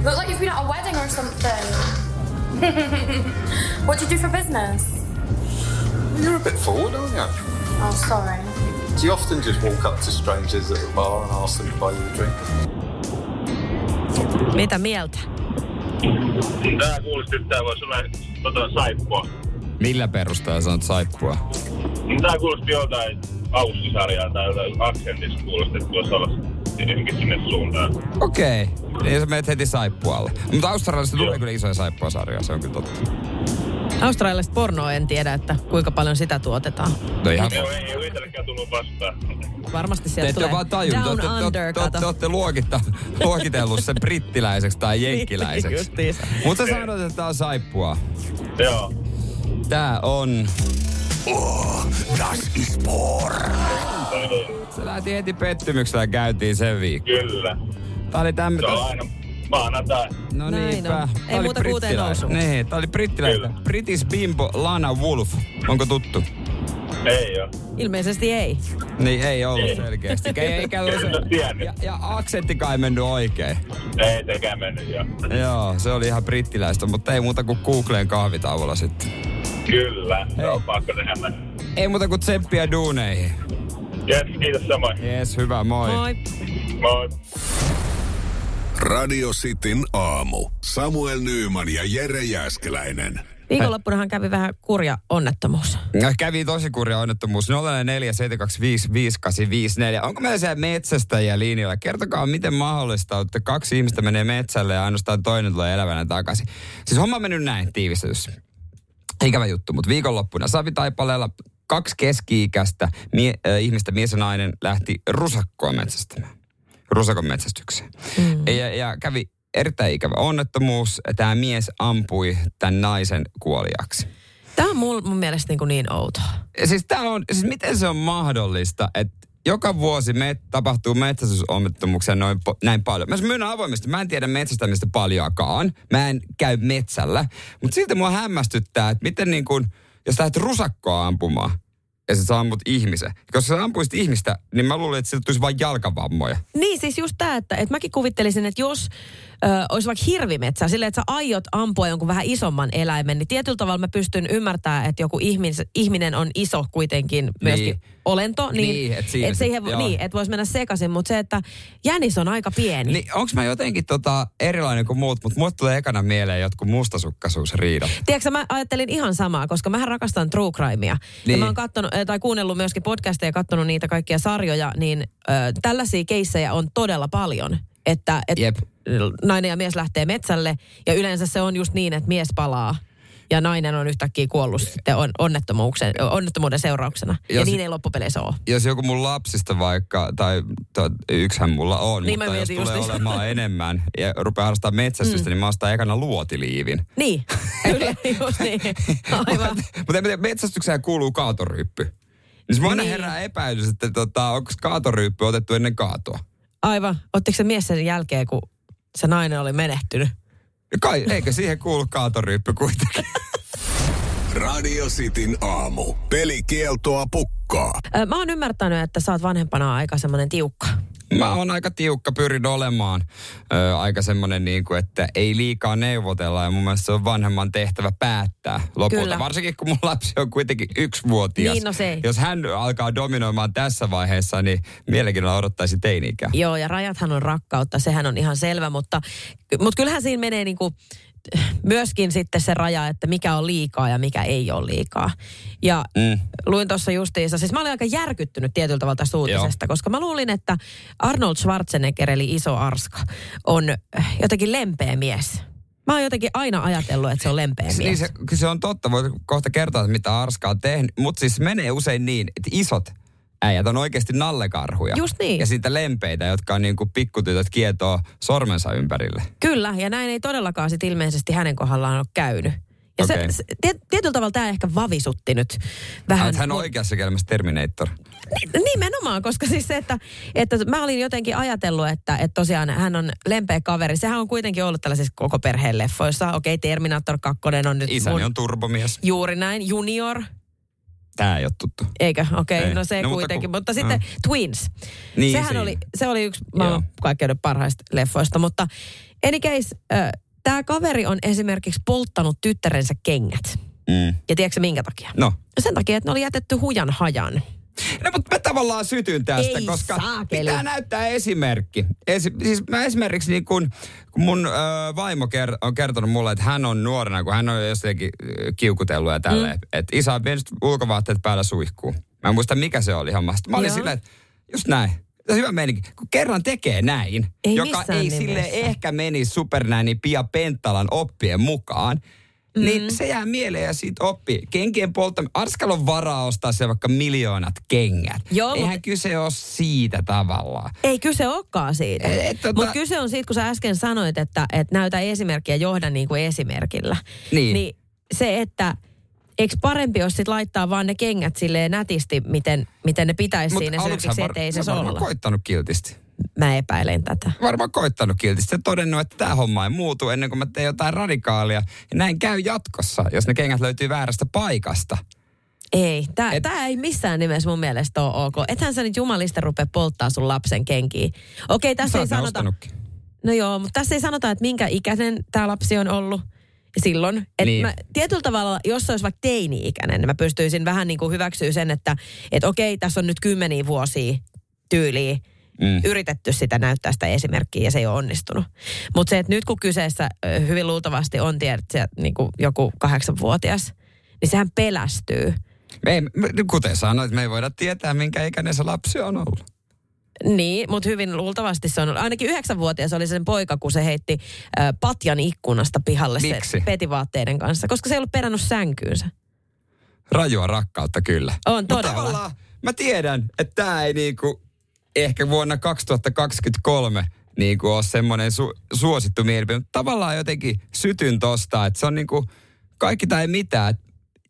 [SPEAKER 7] Look like you've been at a wedding or something. what do you do for business?
[SPEAKER 8] You're a bit forward, aren't you?
[SPEAKER 7] Oh, sorry.
[SPEAKER 8] Do you often just walk up to strangers at the bar and ask them to buy you a drink?
[SPEAKER 5] Mitä mieltä?
[SPEAKER 6] Tää kuulosti, että tää voisi olla jotain saippua.
[SPEAKER 4] Millä perusteella sanot saippua?
[SPEAKER 6] Mm, Tää kuulosti jotain aussisarjaa tai jotain aksentista kuulosti, että voisi olla jotenkin sinne suuntaan.
[SPEAKER 4] Okei. Okay. Niin sä menet heti saippualle. Mutta Australiasta tulee kyllä isoja saippuasarjoja, se on kyllä totta.
[SPEAKER 5] Australialaista pornoa en tiedä, että kuinka paljon sitä tuotetaan.
[SPEAKER 4] No ihan
[SPEAKER 6] Joo, ei, ei ole itselläkään tullut vastaan.
[SPEAKER 5] Varmasti
[SPEAKER 4] Te
[SPEAKER 5] sieltä
[SPEAKER 4] ette
[SPEAKER 5] tulee
[SPEAKER 4] vaan tajun, te,
[SPEAKER 5] Down
[SPEAKER 4] olette- te,
[SPEAKER 5] Under,
[SPEAKER 4] te, te,
[SPEAKER 5] kato.
[SPEAKER 4] te olette luokittaa, luokitellut sen brittiläiseksi tai
[SPEAKER 5] Niin,
[SPEAKER 4] jenkkiläiseksi.
[SPEAKER 5] Justiinsa.
[SPEAKER 4] Mutta sanoit, että tää on saippua.
[SPEAKER 6] Joo.
[SPEAKER 4] Tää on...
[SPEAKER 3] Das ist porn.
[SPEAKER 6] No niin,
[SPEAKER 4] Se lähti heti pettymyksellä ja käytiin sen viikko.
[SPEAKER 6] Kyllä.
[SPEAKER 4] Tää oli
[SPEAKER 6] Se
[SPEAKER 4] tämmötä...
[SPEAKER 6] on aina maanantai.
[SPEAKER 4] No
[SPEAKER 5] Näin
[SPEAKER 4] niinpä.
[SPEAKER 5] on.
[SPEAKER 4] Tää
[SPEAKER 5] Ei
[SPEAKER 4] oli
[SPEAKER 5] muuta kuin uuteen
[SPEAKER 4] brittiläinen.
[SPEAKER 5] nousuun.
[SPEAKER 4] Niin, tää oli brittiläistä.
[SPEAKER 6] Kyllä.
[SPEAKER 4] British Bimbo Lana Wolf. Onko tuttu?
[SPEAKER 6] Ei oo.
[SPEAKER 5] Ilmeisesti ei.
[SPEAKER 4] Niin ei ollut
[SPEAKER 6] Ei.
[SPEAKER 4] selkeästi. Ei, ei
[SPEAKER 6] En
[SPEAKER 4] se.
[SPEAKER 6] ole tiennyt.
[SPEAKER 4] Ja, ja aksentti kai mennyt oikein.
[SPEAKER 6] Ei tekään mennyt joo.
[SPEAKER 4] Joo, se oli ihan brittiläistä, mutta ei muuta kuin Googleen kahvitauolla sitten.
[SPEAKER 6] Kyllä, se on
[SPEAKER 4] Hei.
[SPEAKER 6] pakko tehdä näin.
[SPEAKER 4] Ei muuta kuin tsemppiä duuneihin.
[SPEAKER 6] Jes, kiitos samoin.
[SPEAKER 4] Jees, hyvä, moi.
[SPEAKER 5] Moi.
[SPEAKER 6] Moi.
[SPEAKER 3] Radio Cityn aamu. Samuel Nyyman ja Jere Jäskeläinen.
[SPEAKER 5] Viikonloppunahan kävi vähän kurja onnettomuus.
[SPEAKER 4] No, Kävi tosi kurja onnettomuus. 047255854. Onko meillä siellä metsästäjiä linjoilla? Kertokaa, miten mahdollista on, että kaksi ihmistä menee metsälle ja ainoastaan toinen tulee elävänä takaisin. Siis homma on mennyt näin tiivistetyssä. Ikävä juttu, mutta viikonloppuna Savitaipaleella kaksi keski-ikäistä mie- äh, ihmistä, mies ja nainen, lähti rusakkoa metsästämään. Rusakon metsästykseen. Mm. Ja, ja kävi erittäin ikävä onnettomuus. Tämä mies ampui tämän naisen kuoliaksi.
[SPEAKER 5] Tämä on mul, mun mielestä niin, kuin niin outoa.
[SPEAKER 4] Siis, tää on, siis miten se on mahdollista, että joka vuosi me tapahtuu metsästysonnettomuuksia noin po- näin paljon. Mä myyn avoimesti, mä en tiedä metsästämistä paljoakaan. Mä en käy metsällä. Mutta silti mua hämmästyttää, että miten niin kun, jos lähdet rusakkoa ampumaan ja sä ammut ihmisen. Koska sä ampuisit ihmistä, niin mä luulen, että siltä tulisi vain jalkavammoja.
[SPEAKER 5] Niin, siis just tämä, että, että mäkin kuvittelisin, että jos ö, olisi vaikka hirvimetsä, silleen, että sä aiot ampua jonkun vähän isomman eläimen, niin tietyllä tavalla mä pystyn ymmärtämään, että joku ihmis, ihminen on iso kuitenkin myöskin
[SPEAKER 4] Niin.
[SPEAKER 5] niin. olento. Niin,
[SPEAKER 4] Niin, et siinä
[SPEAKER 5] et
[SPEAKER 4] sit-
[SPEAKER 5] siihen, vo-
[SPEAKER 4] joo.
[SPEAKER 5] niin, että voisi mennä sekaisin, mutta se, että jänis on aika pieni. Niin.
[SPEAKER 4] Niin onks mä jotenkin tota erilainen kuin muut, mutta mulle tulee ekana mieleen jotkut mustasukkaisuusriidat.
[SPEAKER 5] Tiedätkö, mä ajattelin ihan samaa, koska mä rakastan true crimea.
[SPEAKER 4] Niin.
[SPEAKER 5] Ja mä oon kattonut, äh, tai kuunnellut myöskin podcasteja ja katsonut niitä kaikkia sarjoja, niin ö, tällaisia keissejä on todella paljon. Että et
[SPEAKER 4] Jep.
[SPEAKER 5] nainen ja mies lähtee metsälle ja yleensä se on just niin, että mies palaa ja nainen on yhtäkkiä kuollut sitten on, onnettomuuksen, onnettomuuden seurauksena. Ja, ja
[SPEAKER 4] Jos-
[SPEAKER 5] niin ei loppupeleissä ole.
[SPEAKER 4] jos joku mun lapsista vaikka, tai to, yksihän mulla on,
[SPEAKER 5] Niin mä
[SPEAKER 4] mutta jos
[SPEAKER 5] mietin
[SPEAKER 4] tulee
[SPEAKER 5] just
[SPEAKER 4] olemaan enemmän ja rupeaa harrastamaan metsästystä, mm. niin mä ostan ekana luotiliivin.
[SPEAKER 5] Niin, kyllä, just niin. Aivan.
[SPEAKER 4] mutta en mä tiedä, metsästykseen kuuluu kaatoryyppy. Niin se mun aina
[SPEAKER 5] Niin.
[SPEAKER 4] herää epäilys, että tota, onko kaatoryyppy otettu ennen kaatoa.
[SPEAKER 5] Aivan. Ottiko se mies sen jälkeen, kun se nainen oli menehtynyt?
[SPEAKER 4] Ja Kai, eikö siihen kuulu kaatoryyppy kuitenkin?
[SPEAKER 3] Radio Cityn aamu. Pelikieltoa pukkaa.
[SPEAKER 5] Ö, Mä oon ymmärtänyt, että sä oot vanhempana aika semmoinen tiukka.
[SPEAKER 4] Mä oon aika tiukka, pyrin olemaan ö, aika semmoinen, niin kuin, että ei liikaa neuvotella ja mun mielestä se on vanhemman tehtävä päättää lopulta.
[SPEAKER 5] Kyllä.
[SPEAKER 4] Varsinkin kun mun lapsi on kuitenkin yksivuotias.
[SPEAKER 5] Niin, no se.
[SPEAKER 4] Jos hän alkaa dominoimaan tässä vaiheessa, niin mielenkiinnolla odottaisi teini-ikää.
[SPEAKER 5] Joo, ja rajathan on rakkautta, sehän on ihan selvä, mutta, mutta kyllähän siinä menee niinku myöskin sitten se raja, että mikä on liikaa ja mikä ei ole liikaa. Ja mm. luin tuossa justiinsa, siis mä olin aika järkyttynyt tietyllä tavalla tästä uutisesta, Joo. koska mä luulin, että Arnold Schwarzenegger eli iso arska on äh, jotenkin lempeä mies. Mä oon jotenkin aina ajatellut, että se on lempeä mies.
[SPEAKER 4] Niin se, kyllä se on totta, voi kohta kertoa, että mitä Arska on tehnyt, mutta siis menee usein niin, että isot äijät on oikeasti nallekarhuja.
[SPEAKER 5] Just niin.
[SPEAKER 4] Ja siitä lempeitä, jotka on niin kuin pikkutytöt kietoo sormensa ympärille.
[SPEAKER 5] Kyllä, ja näin ei todellakaan sit ilmeisesti hänen kohdallaan ole käynyt. Ja okay.
[SPEAKER 4] Okei.
[SPEAKER 5] se, se, tie- tietyllä tavalla tämä ehkä vavisutti nyt vähän.
[SPEAKER 4] Hän, hän on oikeassa kelmässä Terminator.
[SPEAKER 5] Ni- Nimenomaan, koska siis se, että, että mä olin jotenkin ajatellut, että, että tosiaan hän on lempeä kaveri. Sehän on kuitenkin ollut tällaisissa koko perheen leffoissa. Okei, okay, Terminator 2 on nyt
[SPEAKER 4] Isäni on turbomies.
[SPEAKER 5] juuri näin, Junior,
[SPEAKER 4] Tää ei ole tuttu.
[SPEAKER 5] eikö? Okei, okay,
[SPEAKER 4] Ei.
[SPEAKER 5] no se
[SPEAKER 4] No,
[SPEAKER 5] no,
[SPEAKER 4] mutta
[SPEAKER 5] kuitenkin.
[SPEAKER 4] kun-
[SPEAKER 5] Mutta, kun, mutta sitten Twins.
[SPEAKER 4] Niin,
[SPEAKER 5] Sehän
[SPEAKER 4] siinä.
[SPEAKER 5] oli, se oli yksi
[SPEAKER 4] Joo.
[SPEAKER 5] maailman kaikkeuden parhaista leffoista, mutta any case, äh, tämä kaveri on esimerkiksi polttanut tyttärensä kengät.
[SPEAKER 4] Mm.
[SPEAKER 5] Ja tiedätkö minkä takia?
[SPEAKER 4] No.
[SPEAKER 5] Sen takia, että ne oli jätetty hujan hajan.
[SPEAKER 4] No, mutta mä tavallaan sytyn tästä,
[SPEAKER 5] Ei
[SPEAKER 4] koska
[SPEAKER 5] saakeli.
[SPEAKER 4] pitää näyttää esimerkki. Esi- siis mä esimerkiksi niin kun, kun mun ö, vaimo ker- on kertonut mulle, että hän on nuorena, kun hän on jostakin ö, kiukutellut ja tälleen. Mm. Että isä on vienyt ulkovaatteet päällä suihkuun. Mä en muista, mikä se oli homma. Sitten Mä olin
[SPEAKER 5] Joo.
[SPEAKER 4] silleen, että just näin. Se on hyvä meininki. Kun kerran tekee näin,
[SPEAKER 5] Ei
[SPEAKER 4] joka
[SPEAKER 5] missään
[SPEAKER 4] ei
[SPEAKER 5] nimessä.
[SPEAKER 4] sille ehkä meni supernäni Pia Penttalan oppien mukaan, niin
[SPEAKER 5] Mm.
[SPEAKER 4] se jää mieleen ja siitä oppii. Kenkien polttaminen. Arskalla on varaa ostaa se vaikka miljoonat kengät.
[SPEAKER 5] Joo,
[SPEAKER 4] Eihän
[SPEAKER 5] mutta-
[SPEAKER 4] kyse ole siitä tavallaan.
[SPEAKER 5] Ei kyse olekaan siitä.
[SPEAKER 4] Ei, tota-
[SPEAKER 5] Mutta kyse on siitä, kun sä äsken sanoit, että, että näytä esimerkkiä ja johda niin kuin esimerkillä.
[SPEAKER 4] Niin.
[SPEAKER 5] niin se, että eikö parempi, jos sit laittaa vaan ne kengät silleen nätisti, miten, miten ne pitäisi
[SPEAKER 4] Mut
[SPEAKER 5] siinä
[SPEAKER 4] aluksi hän
[SPEAKER 5] esimerkiksi,
[SPEAKER 4] var-
[SPEAKER 5] ettei
[SPEAKER 4] hän
[SPEAKER 5] se
[SPEAKER 4] varmaan
[SPEAKER 5] olla.
[SPEAKER 4] koittanut kiltisti.
[SPEAKER 5] Mä epäilen tätä.
[SPEAKER 4] Varmaan koittanut kiltisti ja todennut, että tämä homma ei muutu ennen kuin mä teen jotain radikaalia. Ja näin käy jatkossa, jos ne kengät löytyy väärästä paikasta.
[SPEAKER 5] Ei, tää,
[SPEAKER 4] Et-
[SPEAKER 5] Et... tää ei missään nimessä mun mielestä ole ok. Ethän sä nyt jumalista rupea polttaa sun lapsen kenkiä. Okei, tässä
[SPEAKER 4] Sä
[SPEAKER 5] ei
[SPEAKER 4] oot ne
[SPEAKER 5] sanota...
[SPEAKER 4] ostanutkin.
[SPEAKER 5] No joo, mutta tässä ei sanota, että minkä ikäinen tämä lapsi on ollut silloin.
[SPEAKER 4] Niin.
[SPEAKER 5] Et niin. mä, tietyllä tavalla, jos se olisi vaikka teini-ikäinen, niin mä pystyisin vähän niin kuin hyväksyä sen, että et okei, tässä on nyt kymmeniä vuosia tyyliä
[SPEAKER 4] Mm.
[SPEAKER 5] mm. yritetty sitä näyttää sitä esimerkkiä ja se ei ole onnistunut. Mutta se, että nyt kun kyseessä ö, hyvin luultavasti on tiedätkö, niin kuin joku kahdeksanvuotias, niin sehän pelästyy.
[SPEAKER 4] Ei, me- kuten sanoit, me ei voida tietää, minkä ikäinen se lapsi on ollut.
[SPEAKER 5] Niin, mutta hyvin luultavasti se on ollut. Ainakin yhdeksänvuotias oli sen poika, kun se heitti ö, patjan ikkunasta pihalle
[SPEAKER 4] Miksi?
[SPEAKER 5] se petivaatteiden kanssa, koska se ei ollut perännyt sänkyynsä.
[SPEAKER 4] Rajua rakkautta kyllä.
[SPEAKER 5] On
[SPEAKER 4] Mut
[SPEAKER 5] todella.
[SPEAKER 4] tavallaan mä tiedän, että tämä ei niinku ehkä vuonna 2023 niinku ole semmoinen su- suosittu mielipide, mutta tavallaan jotenkin sytyn tosta, että se on niinku kaikki tai mitään. Et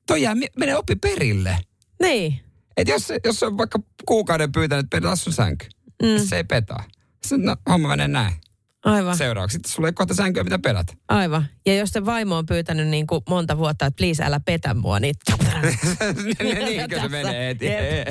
[SPEAKER 4] Toi jää, mi- menee oppi perille.
[SPEAKER 5] Niin,
[SPEAKER 4] Et jos, se- jos se on vaikka kuukauden pyytänyt, että petaa sun sänky, mm. se ei petaa. Se, no, homma menee näin.
[SPEAKER 5] aivan, se...
[SPEAKER 4] Seuraavaksi sitten sulla ei kohta sänkyä, mitä pelät.
[SPEAKER 5] aivan. Ja jos se vaimo on pyytänyt niin kuin monta vuotta, että please älä petä mua, niin...
[SPEAKER 4] Niin, Niinkö se
[SPEAKER 5] Tässä.
[SPEAKER 4] menee heti?
[SPEAKER 5] Jep.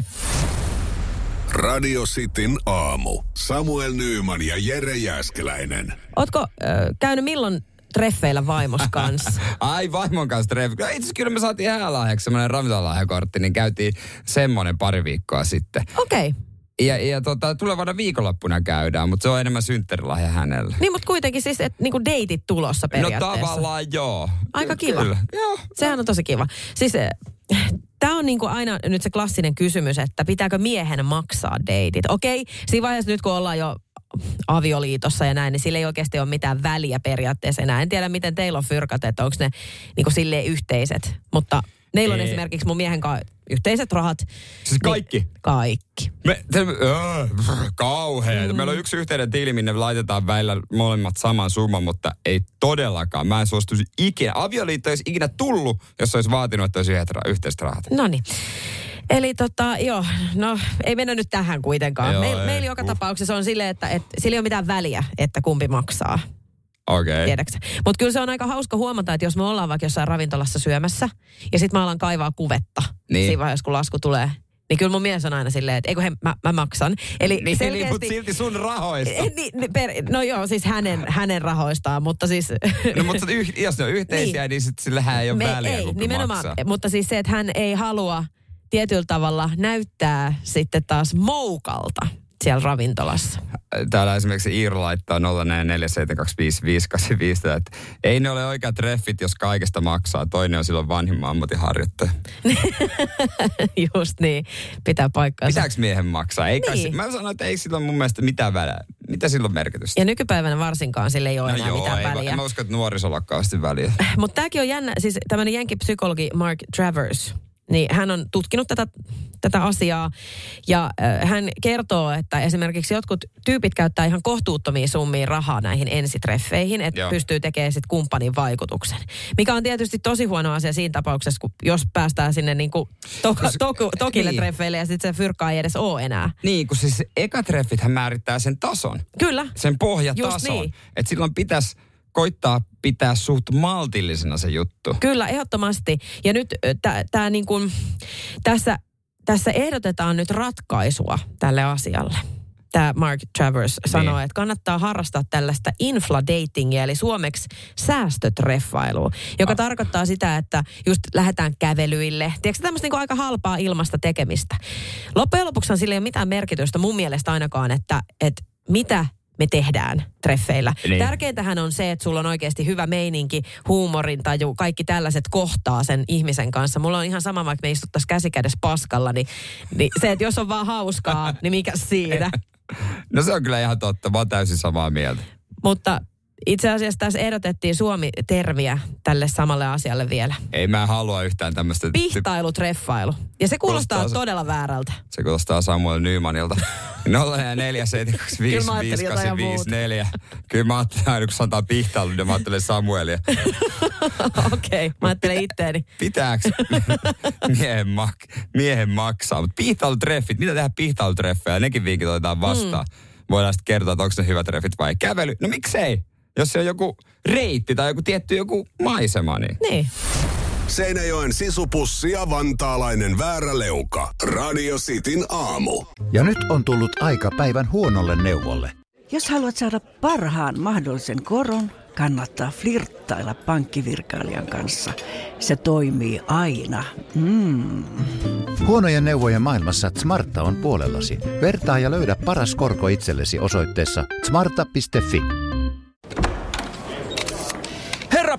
[SPEAKER 3] Radio Cityn aamu. Samuel Nyyman ja Jere Jäskeläinen.
[SPEAKER 5] Ootko ö, käynyt milloin treffeillä vaimos kanssa?
[SPEAKER 4] Ai vaimon kanssa treffi. Itse asiassa kyllä me saatiin häälahjaksi semmoinen ravintolalahjakortti, niin käytiin semmoinen pari viikkoa sitten.
[SPEAKER 5] Okei. Okay.
[SPEAKER 4] Ja, ja tota, tulevana viikonloppuna käydään, mutta se on enemmän synttärilahja hänelle.
[SPEAKER 5] Niin, mutta kuitenkin siis, että niin kuin deitit tulossa
[SPEAKER 4] No
[SPEAKER 5] periaatteessa.
[SPEAKER 4] tavallaan joo.
[SPEAKER 5] Aika
[SPEAKER 4] Ky-
[SPEAKER 5] kiva.
[SPEAKER 4] Kyllä. Joo.
[SPEAKER 5] Sehän on tosi kiva. Siis tämä on niinku aina nyt se klassinen kysymys, että pitääkö miehen maksaa deitit. Okei, siinä vaiheessa nyt kun ollaan jo avioliitossa ja näin, niin sillä ei oikeasti ole mitään väliä periaatteessa enää. En tiedä, miten teillä on fyrkat, että onko ne niin silleen yhteiset, mutta meillä on
[SPEAKER 1] Ei.
[SPEAKER 5] esimerkiksi mun miehen kanssa yhteiset rahat.
[SPEAKER 4] Siis kaikki?
[SPEAKER 5] Niin, kaikki.
[SPEAKER 4] Me, te, öö, kauheeta.
[SPEAKER 5] Mm.
[SPEAKER 4] Meillä on yksi yhteinen tiili, minne laitetaan välillä molemmat saman summan, mutta ei todellakaan. Mä en suostuisi ikinä. Avioliitto ei olisi ikinä tullut, jos olisi vaatinut, että olisi yhdet ra- yhteiset rahat.
[SPEAKER 5] No niin. Eli tota, joo, no ei mennä nyt tähän kuitenkaan.
[SPEAKER 4] Joo,
[SPEAKER 5] Joo, Meil,
[SPEAKER 4] ei,
[SPEAKER 5] meillä joka
[SPEAKER 4] uh.
[SPEAKER 5] tapauksessa on silleen, että et, sillä ei ole mitään väliä, että kumpi maksaa,
[SPEAKER 4] Okei. Okay.
[SPEAKER 5] tiedäksä. Mutta kyllä se on aika hauska huomata, että jos me ollaan vaikka jossain ravintolassa syömässä, ja sitten mä alan kaivaa kuvetta
[SPEAKER 4] Niin.
[SPEAKER 5] niin. siinä vaiheessa, kun lasku tulee, niin kyllä mun mies on aina silleen, että eikö he, mä, mä maksan. Eli
[SPEAKER 4] Niin,
[SPEAKER 5] selkeästi...
[SPEAKER 4] niin, mutta silti sun rahoista.
[SPEAKER 5] Eh, niin, niin, per, no joo, siis hänen, hänen rahoistaan, mutta siis...
[SPEAKER 4] No, mutta yh, jos ne on yhteisiä, niin,
[SPEAKER 5] Niin.
[SPEAKER 4] niin sit sillähän ei ole
[SPEAKER 5] Me-
[SPEAKER 4] väliä,
[SPEAKER 5] ei,
[SPEAKER 4] kumpi
[SPEAKER 5] nimenomaan,
[SPEAKER 4] maksaa.
[SPEAKER 5] mutta siis se, että hän ei halua tietyllä tavalla näyttää sitten taas moukalta siellä ravintolassa.
[SPEAKER 4] Täällä esimerkiksi Iiro laittaa 047255855, että ei ne ole oikeat treffit, jos kaikesta maksaa. Toinen on silloin vanhimman ammatinharjoittaja.
[SPEAKER 5] Just niin, pitää paikkaansa.
[SPEAKER 4] Pitääkö miehen maksaa? Ei kai,
[SPEAKER 5] Niin.
[SPEAKER 4] se- Mä sanoin, että ei sillä ole mun mielestä mitään väliä. Mitä sillä on merkitystä? No
[SPEAKER 5] Ja nykypäivänä varsinkaan sille ei ole enää mitään
[SPEAKER 4] ei,
[SPEAKER 5] väliä.
[SPEAKER 4] mä uskon, että nuorisolla on kauheasti väliä.
[SPEAKER 5] Mutta tämäkin on jännä, siis tämmöinen jenkkipsykologi Mark Travers, niin hän on tutkinut tätä, tätä asiaa ja äh, hän kertoo, että esimerkiksi jotkut tyypit käyttää ihan kohtuuttomia summia rahaa näihin ensitreffeihin, että
[SPEAKER 4] Joo.
[SPEAKER 5] pystyy tekemään sitten kumppanin vaikutuksen. Mikä on tietysti tosi huono asia siinä tapauksessa, kun jos päästään sinne niinku to, to, to, tokille
[SPEAKER 4] niin.
[SPEAKER 5] treffeille ja sitten se fyrkkaa ei edes ole enää.
[SPEAKER 4] Niin, kun siis ekatreffithän määrittää sen tason.
[SPEAKER 5] Kyllä.
[SPEAKER 4] sen pohjatason.
[SPEAKER 5] Just niin.
[SPEAKER 4] Että silloin pitäisi koittaa pitää suht maltillisena se juttu.
[SPEAKER 5] Kyllä, ehdottomasti. Ja nyt tämä niin kuin, tässä, tässä ehdotetaan nyt ratkaisua tälle asialle. Tämä Mark Travers sanoo, että kannattaa harrastaa tällaista infladatingia, eli suomeksi säästötreffailua, joka tarkoittaa sitä, että just lähdetään kävelyille. Tiedätkö tämmöistä niin aika halpaa ilmasta tekemistä? Loppujen lopuksi sillä ei ole mitään merkitystä mun mielestä ainakaan, että, että mitä me tehdään treffeillä.
[SPEAKER 4] Niin.
[SPEAKER 5] Niin. Tärkeintähän on se, että sulla on oikeasti hyvä meininki, huumorintaju, kaikki tällaiset kohtaa sen ihmisen kanssa. Mulla on ihan sama, vaikka me istuttaisiin käsikädessä paskalla, niin, niin se, että jos on vaan hauskaa, niin mikä siinä.
[SPEAKER 4] No se on kyllä ihan totta, mä oon täysin samaa mieltä.
[SPEAKER 5] Mutta itse asiassa tässä ehdotettiin suomi-termiä tälle samalle asialle vielä.
[SPEAKER 4] Ei mä halua yhtään tämmöistä.
[SPEAKER 5] Pihtailu, treffailu. Ja se kuulostaa
[SPEAKER 4] Kuulostaa se-
[SPEAKER 5] todella väärältä.
[SPEAKER 4] Se kuulostaa Samuel Nymanilta. 047255
[SPEAKER 5] Kyllä mä ajattelin jotain ihan muuta.
[SPEAKER 4] 5854. Kyllä mä ajattelin aina, kun sanotaan pihtailu, niin mä ajattelen Samuelia.
[SPEAKER 5] Okei, okay, mä ajattelen itteeni.
[SPEAKER 4] Pitääks miehen, mak- miehen maksaa? Mutta pihtailutreffit, mitä tehdään pihtailutreffejä? Nekin vinkit otetaan vastaan. Mm. Voidaan sitten kertoa, että onko ne hyvät treffit vai ei. kävely. No miksei? Jos se on joku reitti tai joku tietty joku maisema, niin...
[SPEAKER 5] Niin.
[SPEAKER 9] Seinäjoen sisupussi ja vantaalainen vääräleuka. Radio Cityn aamu.
[SPEAKER 10] Ja nyt on tullut aika päivän huonolle neuvolle.
[SPEAKER 11] Jos haluat saada parhaan mahdollisen koron, kannattaa flirttailla pankkivirkailijan kanssa. Se toimii aina. Mm.
[SPEAKER 10] Huonojen neuvojen maailmassa Smarta on puolellasi. Vertaa ja löydä paras korko itsellesi osoitteessa smarta.fi.
[SPEAKER 1] Herra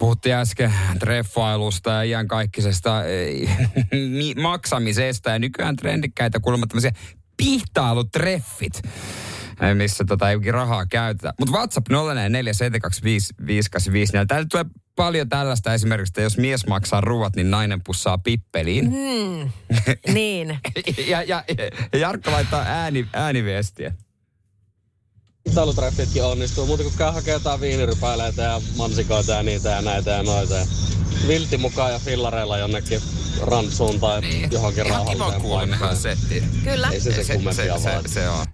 [SPEAKER 4] Puhuttiin äsken treffailusta ja iän kaikkisesta maksamisesta ja nykyään trendikkäitä kuulemma tämmöisiä pihtailutreffit, eh, missä tota ei oikein rahaa käytetä. Mutta WhatsApp 047255854. Täällä tulee paljon tällaista esimerkiksi, että jos mies maksaa ruuat, niin nainen pussaa pippeliin.
[SPEAKER 5] Niin.
[SPEAKER 4] Ja, ja, ja Jarkko laittaa ääni, ääniviestiä.
[SPEAKER 11] Talutreffitkin onnistuu, muuta kuin käy hakee jotain viinirypäileitä ja mansikoita ja niitä ja näitä ja noita. Ja vilti mukaan ja fillareilla jonnekin rantsuun tai johonkin
[SPEAKER 4] Ihan kiva
[SPEAKER 11] rauhalliseen
[SPEAKER 4] kuulunenhan se.
[SPEAKER 5] Kyllä.
[SPEAKER 11] Ei se se kummempia
[SPEAKER 4] se,
[SPEAKER 11] vaadi.
[SPEAKER 4] se, se on.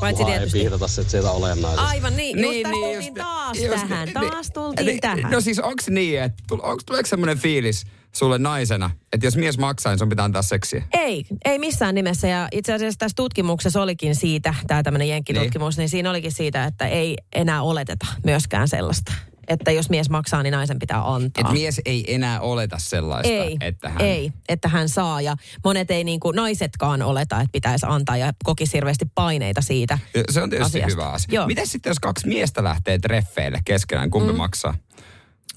[SPEAKER 5] Paitsi tietysti.
[SPEAKER 12] ei pihdota se sieltä olennaisesti.
[SPEAKER 5] Aivan niin,
[SPEAKER 4] Niin,
[SPEAKER 5] niin
[SPEAKER 4] niin,
[SPEAKER 5] just niin, tultiin
[SPEAKER 4] just-
[SPEAKER 5] taas
[SPEAKER 4] just-
[SPEAKER 5] tähän,
[SPEAKER 4] niin,
[SPEAKER 5] taas tultiin
[SPEAKER 4] niin,
[SPEAKER 5] tähän.
[SPEAKER 4] No siis onks niin, että tul- onks, tuleeko semmoinen fiilis sulle naisena, että jos mies maksaa, niin sun pitää antaa seksiä?
[SPEAKER 5] Ei, ei missään nimessä. Ja itse asiassa tässä tutkimuksessa olikin siitä, tämä tämmöinen jenkkitutkimus, niin. niin siinä olikin siitä, että ei enää oleteta myöskään sellaista. Että jos mies maksaa, niin naisen pitää antaa.
[SPEAKER 4] Että mies ei enää oleta sellaista,
[SPEAKER 5] ei,
[SPEAKER 4] että hän...
[SPEAKER 5] ei, että hän saa. Ja monet ei niin kuin naisetkaan oleta, että pitäisi antaa ja kokisi hirveästi paineita siitä
[SPEAKER 4] Ja Se on tietysti
[SPEAKER 5] asiasta.
[SPEAKER 4] hyvä asia.
[SPEAKER 5] Joo.
[SPEAKER 4] Miten sitten, jos kaksi miestä lähtee treffeille keskenään, kumpi mm. maksaa?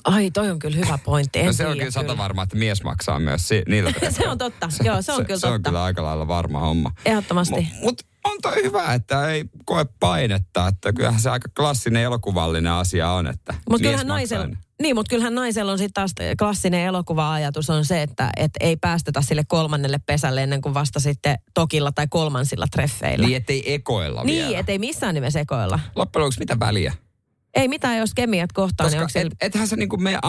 [SPEAKER 5] Ai, toi on kyllä hyvä pointti. En
[SPEAKER 4] no se on
[SPEAKER 5] tiedä
[SPEAKER 4] kyllä sata varma, että mies maksaa myös si- niillä
[SPEAKER 5] se on totta. Joo, se on kyllä
[SPEAKER 4] Se on
[SPEAKER 5] totta.
[SPEAKER 4] kyllä aika lailla varma homma.
[SPEAKER 5] Ehdottomasti.
[SPEAKER 4] Mu- Mut on toi hyvä, että ei koe painetta, että kyllähän se aika klassinen elokuvallinen asia on, että mies
[SPEAKER 5] Mut kyllähän
[SPEAKER 4] maksaa
[SPEAKER 5] naisella,
[SPEAKER 4] aina.
[SPEAKER 5] niin, mutta kyllähän naisella on sitten taas klassinen elokuva-ajatus on se, että et ei päästetä sille kolmannelle pesälle ennen kuin vasta sitten tokilla tai kolmansilla treffeillä.
[SPEAKER 4] Niin, ettei ekoilla
[SPEAKER 5] niin
[SPEAKER 4] vielä.
[SPEAKER 5] ettei missään nimessä sekoilla.
[SPEAKER 4] Loppujen lopuksi mitä väliä?
[SPEAKER 5] Ei mitään, jos kemiat kohtaan.
[SPEAKER 4] Koska
[SPEAKER 5] niin onko sillä...
[SPEAKER 4] et, ethän sä niinku mene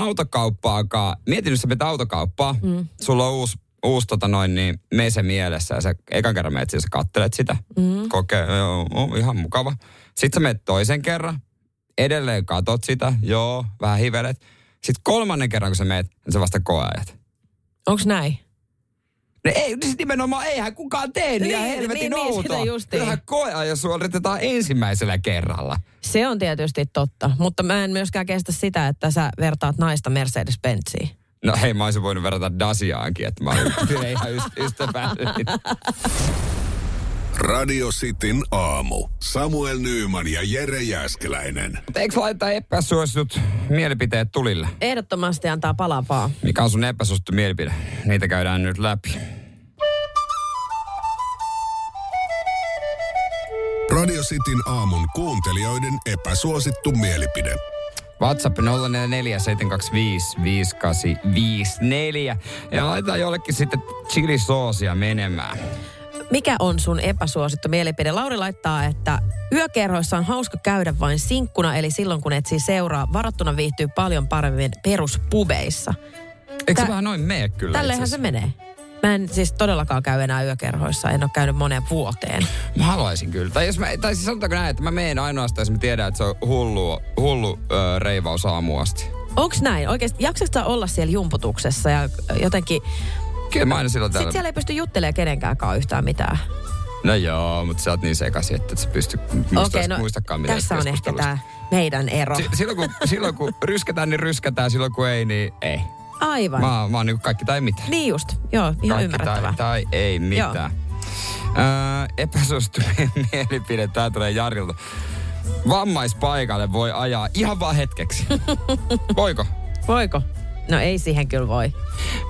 [SPEAKER 4] autokauppaakaan. Mietin, jos sä menet autokauppaan,
[SPEAKER 5] Mm.
[SPEAKER 4] mm. sulla on uusi, uusi tota noin, niin mene se mielessä ja sä ekan kerran menet siihen, sä kattelet sitä.
[SPEAKER 5] Mm.
[SPEAKER 4] Kokee, joo, on ihan mukava. Sitten sä menet toisen kerran, edelleen katot sitä, joo, vähän hivelet. Sitten kolmannen kerran, kun sä meet, niin sä vasta koeajat.
[SPEAKER 5] Onko näin?
[SPEAKER 4] No ei, siis nimenomaan eihän kukaan tee niin,
[SPEAKER 5] Niin,
[SPEAKER 4] ja helvetin
[SPEAKER 5] niin, niin, sitä
[SPEAKER 4] outoa.
[SPEAKER 5] justiin.
[SPEAKER 4] Kyllähän koeaja suoritetaan ensimmäisellä kerralla.
[SPEAKER 5] Se on tietysti totta, mutta mä en myöskään kestä sitä, että sä vertaat naista Mercedes-Benziin.
[SPEAKER 4] No hei, mä olisin voinut verrata Dasiaankin, että mä olin kyllä ihan yst- ystävällinen.
[SPEAKER 9] Radio Cityn aamu. Samuel Nyyman ja Jere Jäskeläinen.
[SPEAKER 4] Mutta eikö laittaa epäsuositut mielipiteet tulille?
[SPEAKER 5] Ehdottomasti antaa palaa vaan.
[SPEAKER 4] Mikä on sun epäsuosittu mielipide? Niitä käydään nyt läpi.
[SPEAKER 9] Radio Cityn aamun kuuntelijoiden epäsuosittu mielipide.
[SPEAKER 4] WhatsApp 0447255854. Ja laitetaan jollekin sitten chilisoosia menemään.
[SPEAKER 5] Mikä on sun epäsuosittu mielipide? Lauri laittaa, että yökerhoissa on hauska käydä vain sinkkuna, eli silloin kun etsii seuraa. Varattuna viihtyy paljon paremmin peruspubeissa.
[SPEAKER 4] Eikö
[SPEAKER 5] Tä-
[SPEAKER 4] se vähän noin mene kyllä
[SPEAKER 5] Tälleenhän
[SPEAKER 4] itse
[SPEAKER 5] se
[SPEAKER 4] asiassa?
[SPEAKER 5] menee. Mä en siis todellakaan käy enää yökerhoissa. En ole käynyt moneen vuoteen.
[SPEAKER 4] Mä haluaisin kyllä. Tai, jos mä, tai siis sanotaanko näin, että mä meen ainoastaan, jos mä tiedän, että se on hullu, hullu ö, reivaus aamuun asti.
[SPEAKER 5] Onks näin? Oikeasti jaksatko sä olla siellä jumputuksessa ja jotenkin...
[SPEAKER 4] Kyllä mä aina silloin
[SPEAKER 5] Sitten
[SPEAKER 4] täällä.
[SPEAKER 5] siellä ei pysty juttelemaan kenenkään yhtään mitään.
[SPEAKER 4] No joo, mutta sä oot niin sekaisin, että et sä pysty muista,
[SPEAKER 5] Okei, no
[SPEAKER 4] muistakaan mitään
[SPEAKER 5] tässä on ehkä
[SPEAKER 4] keskustelusta.
[SPEAKER 5] tämä meidän ero.
[SPEAKER 4] Si- silloin, kun, silloin kun ryskätään, niin ryskätään. Silloin kun ei, niin ei.
[SPEAKER 5] Aivan.
[SPEAKER 4] Mä, oon- mä oon niinku kaikki tai mitään.
[SPEAKER 5] Niin just, joo, ihan
[SPEAKER 4] kaikki
[SPEAKER 5] ymmärrettävää.
[SPEAKER 4] tai, tai ei mitään. Öö, epäsuosittu mielipide, tää tulee Jarilta. Vammaispaikalle voi ajaa ihan vaan hetkeksi. Voiko?
[SPEAKER 5] Voiko? No ei siihen kyllä voi.